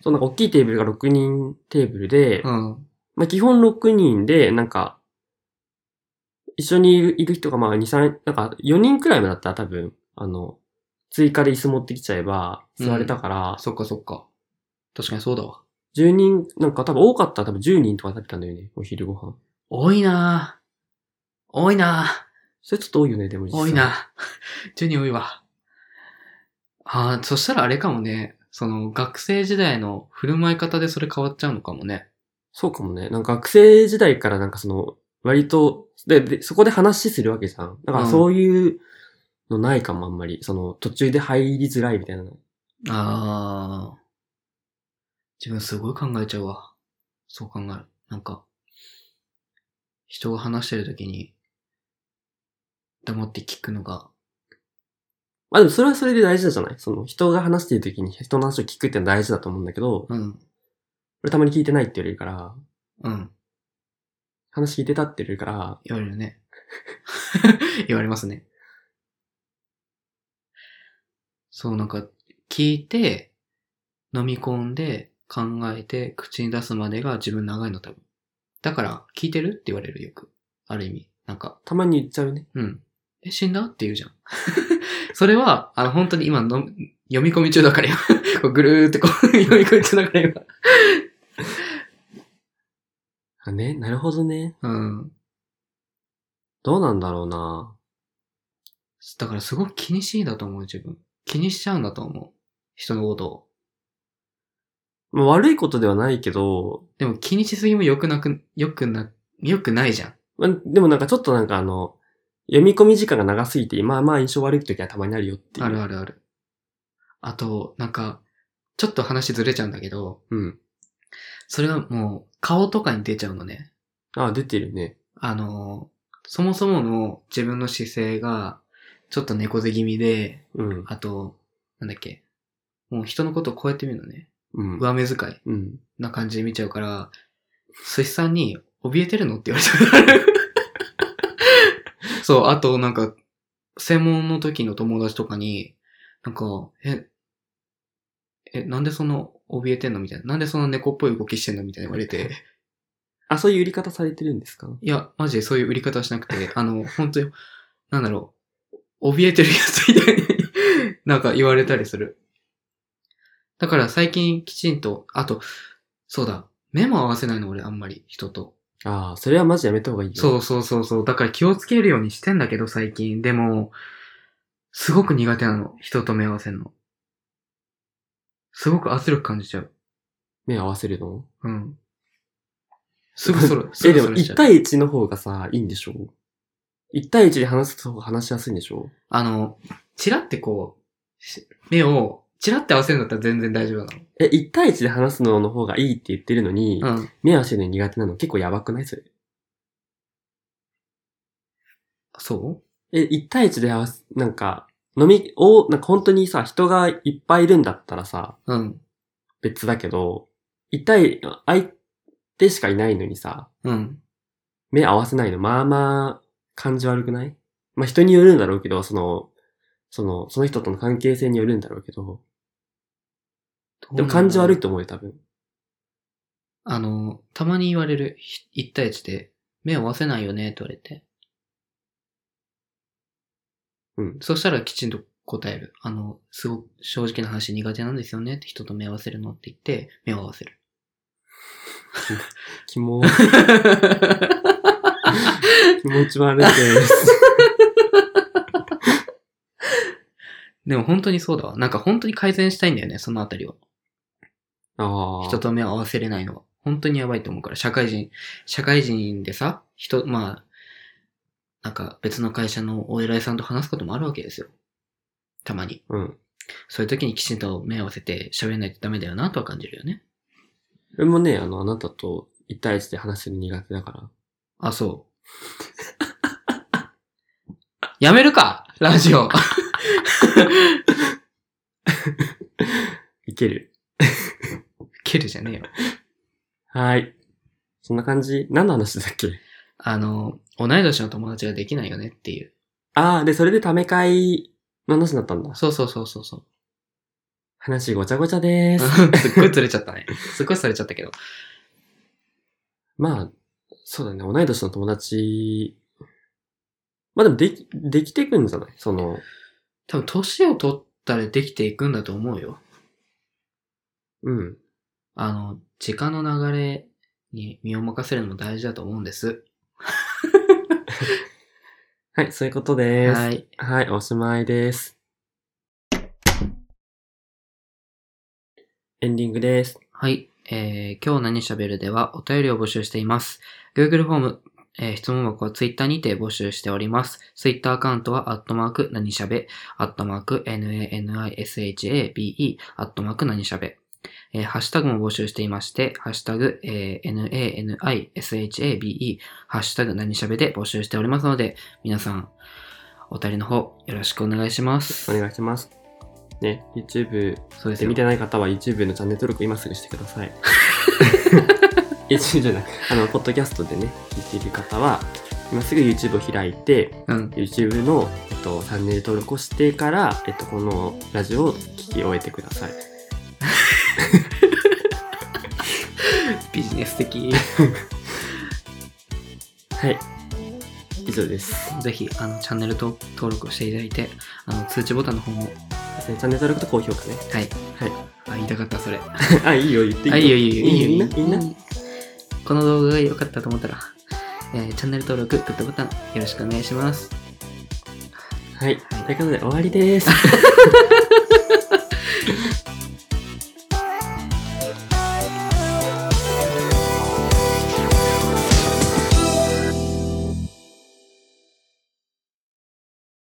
Speaker 1: そう、なんか大きいテーブルが6人テーブルで、
Speaker 2: うん。
Speaker 1: まあ基本6人で、なんか、一緒にいるいる人がまあ2、3、なんか4人くらいまでだったら多分、あの、追加で椅子持ってきちゃえば座れたから、
Speaker 2: そっかそっか。確かにそうだわ。
Speaker 1: 10人、なんか多分多かったら多分10人とか食べたんだよね、お昼ご飯。
Speaker 2: 多いなぁ。多いな
Speaker 1: それちょっと多いよね、でも
Speaker 2: ぁ。
Speaker 1: 実際。
Speaker 2: 多いな ぁ。10人多いわ。ああ、そしたらあれかもね。その、学生時代の振る舞い方でそれ変わっちゃうのかもね。
Speaker 1: そうかもね。なんか学生時代からなんかその、割と、で、で、そこで話するわけじゃん。だから
Speaker 2: うん
Speaker 1: そういうのないかも、あんまり。その、途中で入りづらいみたいなの。
Speaker 2: ああ。自分すごい考えちゃうわ。そう考える。なんか、人が話してるときに、黙って聞くのが、
Speaker 1: まあでもそれはそれで大事だじゃないその、人が話している時に人の話を聞くってのは大事だと思うんだけど、
Speaker 2: うん。
Speaker 1: 俺たまに聞いてないって言われるから、
Speaker 2: うん。
Speaker 1: 話聞いてたって言われるから、
Speaker 2: 言われるね。 言われますね。そう、なんか、聞いて、飲み込んで、考えて、口に出すまでが自分長いの多分。だから、聞いてるって言われるよく。ある意味。なんか、
Speaker 1: たまに言っちゃうね。
Speaker 2: うん。え、死んだって言うじゃん。 それは、あの、本当に今の、読み込み中だから今、 こうぐるーってこう、読み込み中だから今。
Speaker 1: あね、なるほどね。
Speaker 2: うん。
Speaker 1: どうなんだろうな。
Speaker 2: だからすごく気にしいだと思う、自分。気にしちゃうんだと思う。人のことを。
Speaker 1: まあ、悪いことではないけど、
Speaker 2: でも気にしすぎも良くなく、良くな、良くないじゃん。
Speaker 1: まあ、でもなんかちょっとなんかあの、読み込み時間が長すぎて、まあまあ印象悪い時はたまにあるよっていう。
Speaker 2: あるあるある。あと、なんか、ちょっと話ずれちゃうんだけど、
Speaker 1: うん。
Speaker 2: それはもう、顔とかに出ちゃうのね。
Speaker 1: あ出てるね。
Speaker 2: あの、そもそもの自分の姿勢が、ちょっと猫背気味で、
Speaker 1: うん。
Speaker 2: あと、なんだっけ、もう人のことをこうやって見るのね。
Speaker 1: うん。
Speaker 2: 上目遣い
Speaker 1: うん。
Speaker 2: な感じで見ちゃうから、寿司さんに、怯えてるのって言われちゃう。そう、あと、なんか、専門の時の友達とかに、なんか、え、え、なんでその、怯えてんのみたいな。なんでそんな猫っぽい動きしてんのみたいな言われて。
Speaker 1: あ、そういう売り方されてるんですか
Speaker 2: いや、マジでそういう売り方はしなくて、あの、本当に、なんだろう、怯えてるやつみたいに、 なんか言われたりする。だから最近きちんと、あと、そうだ、目も合わせないの俺あんまり、人と。
Speaker 1: ああ、それはマジやめた方がいいよ。
Speaker 2: そうそうそうそう、だから気をつけるようにしてんだけど最近、でも、すごく苦手なの、人と目合わせるの。すごく圧力感じちゃう。
Speaker 1: 目合わせるの
Speaker 2: うん。すぐそれ、す
Speaker 1: え、
Speaker 2: ぐ
Speaker 1: で
Speaker 2: そ
Speaker 1: も
Speaker 2: れしちゃ
Speaker 1: 1
Speaker 2: う。
Speaker 1: 対1の方がさ、いいんでしょ ?1 対1で話す方が話しやすいんでしょ
Speaker 2: あの、チラってこう、し目を、チラって合わせるんだったら全然大丈夫な
Speaker 1: え、1対1で話すのの方がいいって言ってるのに、
Speaker 2: の。うん。
Speaker 1: 目合わせるの苦手なの結構やばくないそれ。
Speaker 2: そ
Speaker 1: え、1対1で合わせ、なんか、飲み、お、なんか本当にさ、人がいっぱいいるんだったらさ、
Speaker 2: ううん。
Speaker 1: 別だけど、1対、相手しかいないのにさ、
Speaker 2: うん。
Speaker 1: 目合わせないの、まあまあ、感じ悪くないまあ人によるんだろうけど、その、その、その人との関係性によるんだろうけど、でも感じ悪い
Speaker 2: い。
Speaker 1: と思うよ、多分。
Speaker 2: あの、たまに言われる、ひ一対一で、目を合わせないよねって言われて。
Speaker 1: うん
Speaker 2: そしたらきちんと答える。あの、すごく正直な話苦手なんですよねって人と目を合わせるのって言って、目を合 わせる。
Speaker 1: 気も、 気持ち悪い です。
Speaker 2: でも本当にそうだわ。なんか本当に改善したいんだよね、そのあたりは。
Speaker 1: ああ。
Speaker 2: 人と目を合わせれないのは、本当にやばいと思うから、社会人、社会人でさ、人、まあ、なんか別の会社のお偉いさんと話すこともあるわけですよ。たまに。
Speaker 1: うん。
Speaker 2: そういう時にきちんと目を合わせて喋らないとダメだよなとは感じるよね。
Speaker 1: 俺もね、あの、あなたと一対一で話すの苦手だから。
Speaker 2: あ、そう。 やめるかラジオ。
Speaker 1: いける。
Speaker 2: 蹴るじゃねえよ。
Speaker 1: はーい。そんな感じ何の話だっけ
Speaker 2: あの、同い年の友達ができないよねっていう。
Speaker 1: ああ、で、それでため会の話になったんだ。
Speaker 2: そうそうそうそう そう。
Speaker 1: 話ごちゃごちゃでーす。
Speaker 2: すっごい釣れちゃったね。すっごいされちゃったけど。
Speaker 1: まあ、そうだね、同い年の友達、まあでもでき、できてくんじゃないその、
Speaker 2: 多分、年を取ったらできていくんだと思うよ。
Speaker 1: うん。
Speaker 2: あの、時間の流れに身を任せるのも大事だと思うんです。
Speaker 1: はい、そういうことです。は、
Speaker 2: はいい。
Speaker 1: おしまいです。エンディングです。
Speaker 2: はい。えー、今日何喋るではお便りを募集しています。Google フォーム、えー質問箱は Twitter にて募集しております。Twitter アカウントは、アットマーク、何喋、アットマーク、nanishabe、アットマーク、何喋。えー、ハッシュタグも募集していまして、ハッシュタグ、えー nanishabe、ハッシュタグ、何喋で募集しておりますので、皆さん、お便りの方、よろしくお願いします。
Speaker 1: お願いします。ね、YouTube
Speaker 2: そうです
Speaker 1: で
Speaker 2: よ
Speaker 1: 見てない方は YouTube のチャンネル登録今すぐしてください。YouTube じゃない、あの、ポッドキャストでね、聞いている方は、今すぐ YouTube を開いて、
Speaker 2: うん。
Speaker 1: YouTube の、えっと、チャンネル登録をしてから、えっと、このラジオを聞き終えてください。
Speaker 2: ビジネス的。
Speaker 1: はい。以上です。
Speaker 2: ぜひ、あの、チャンネル登登録をしていただいて、あの、通知ボタンの方も、
Speaker 1: チャンネル登録と高評価ね。
Speaker 2: はい。
Speaker 1: はい。
Speaker 2: あ、言いたかった、それ。あ、
Speaker 1: あ、いいよ、言っていい
Speaker 2: いいよ、いいよ、
Speaker 1: いいよ、みんな。みんな
Speaker 2: この動画が良かったと思ったら、えーチャンネル登録、グッドボタン、よろしくお願いします。
Speaker 1: はい。ということで、終わりです。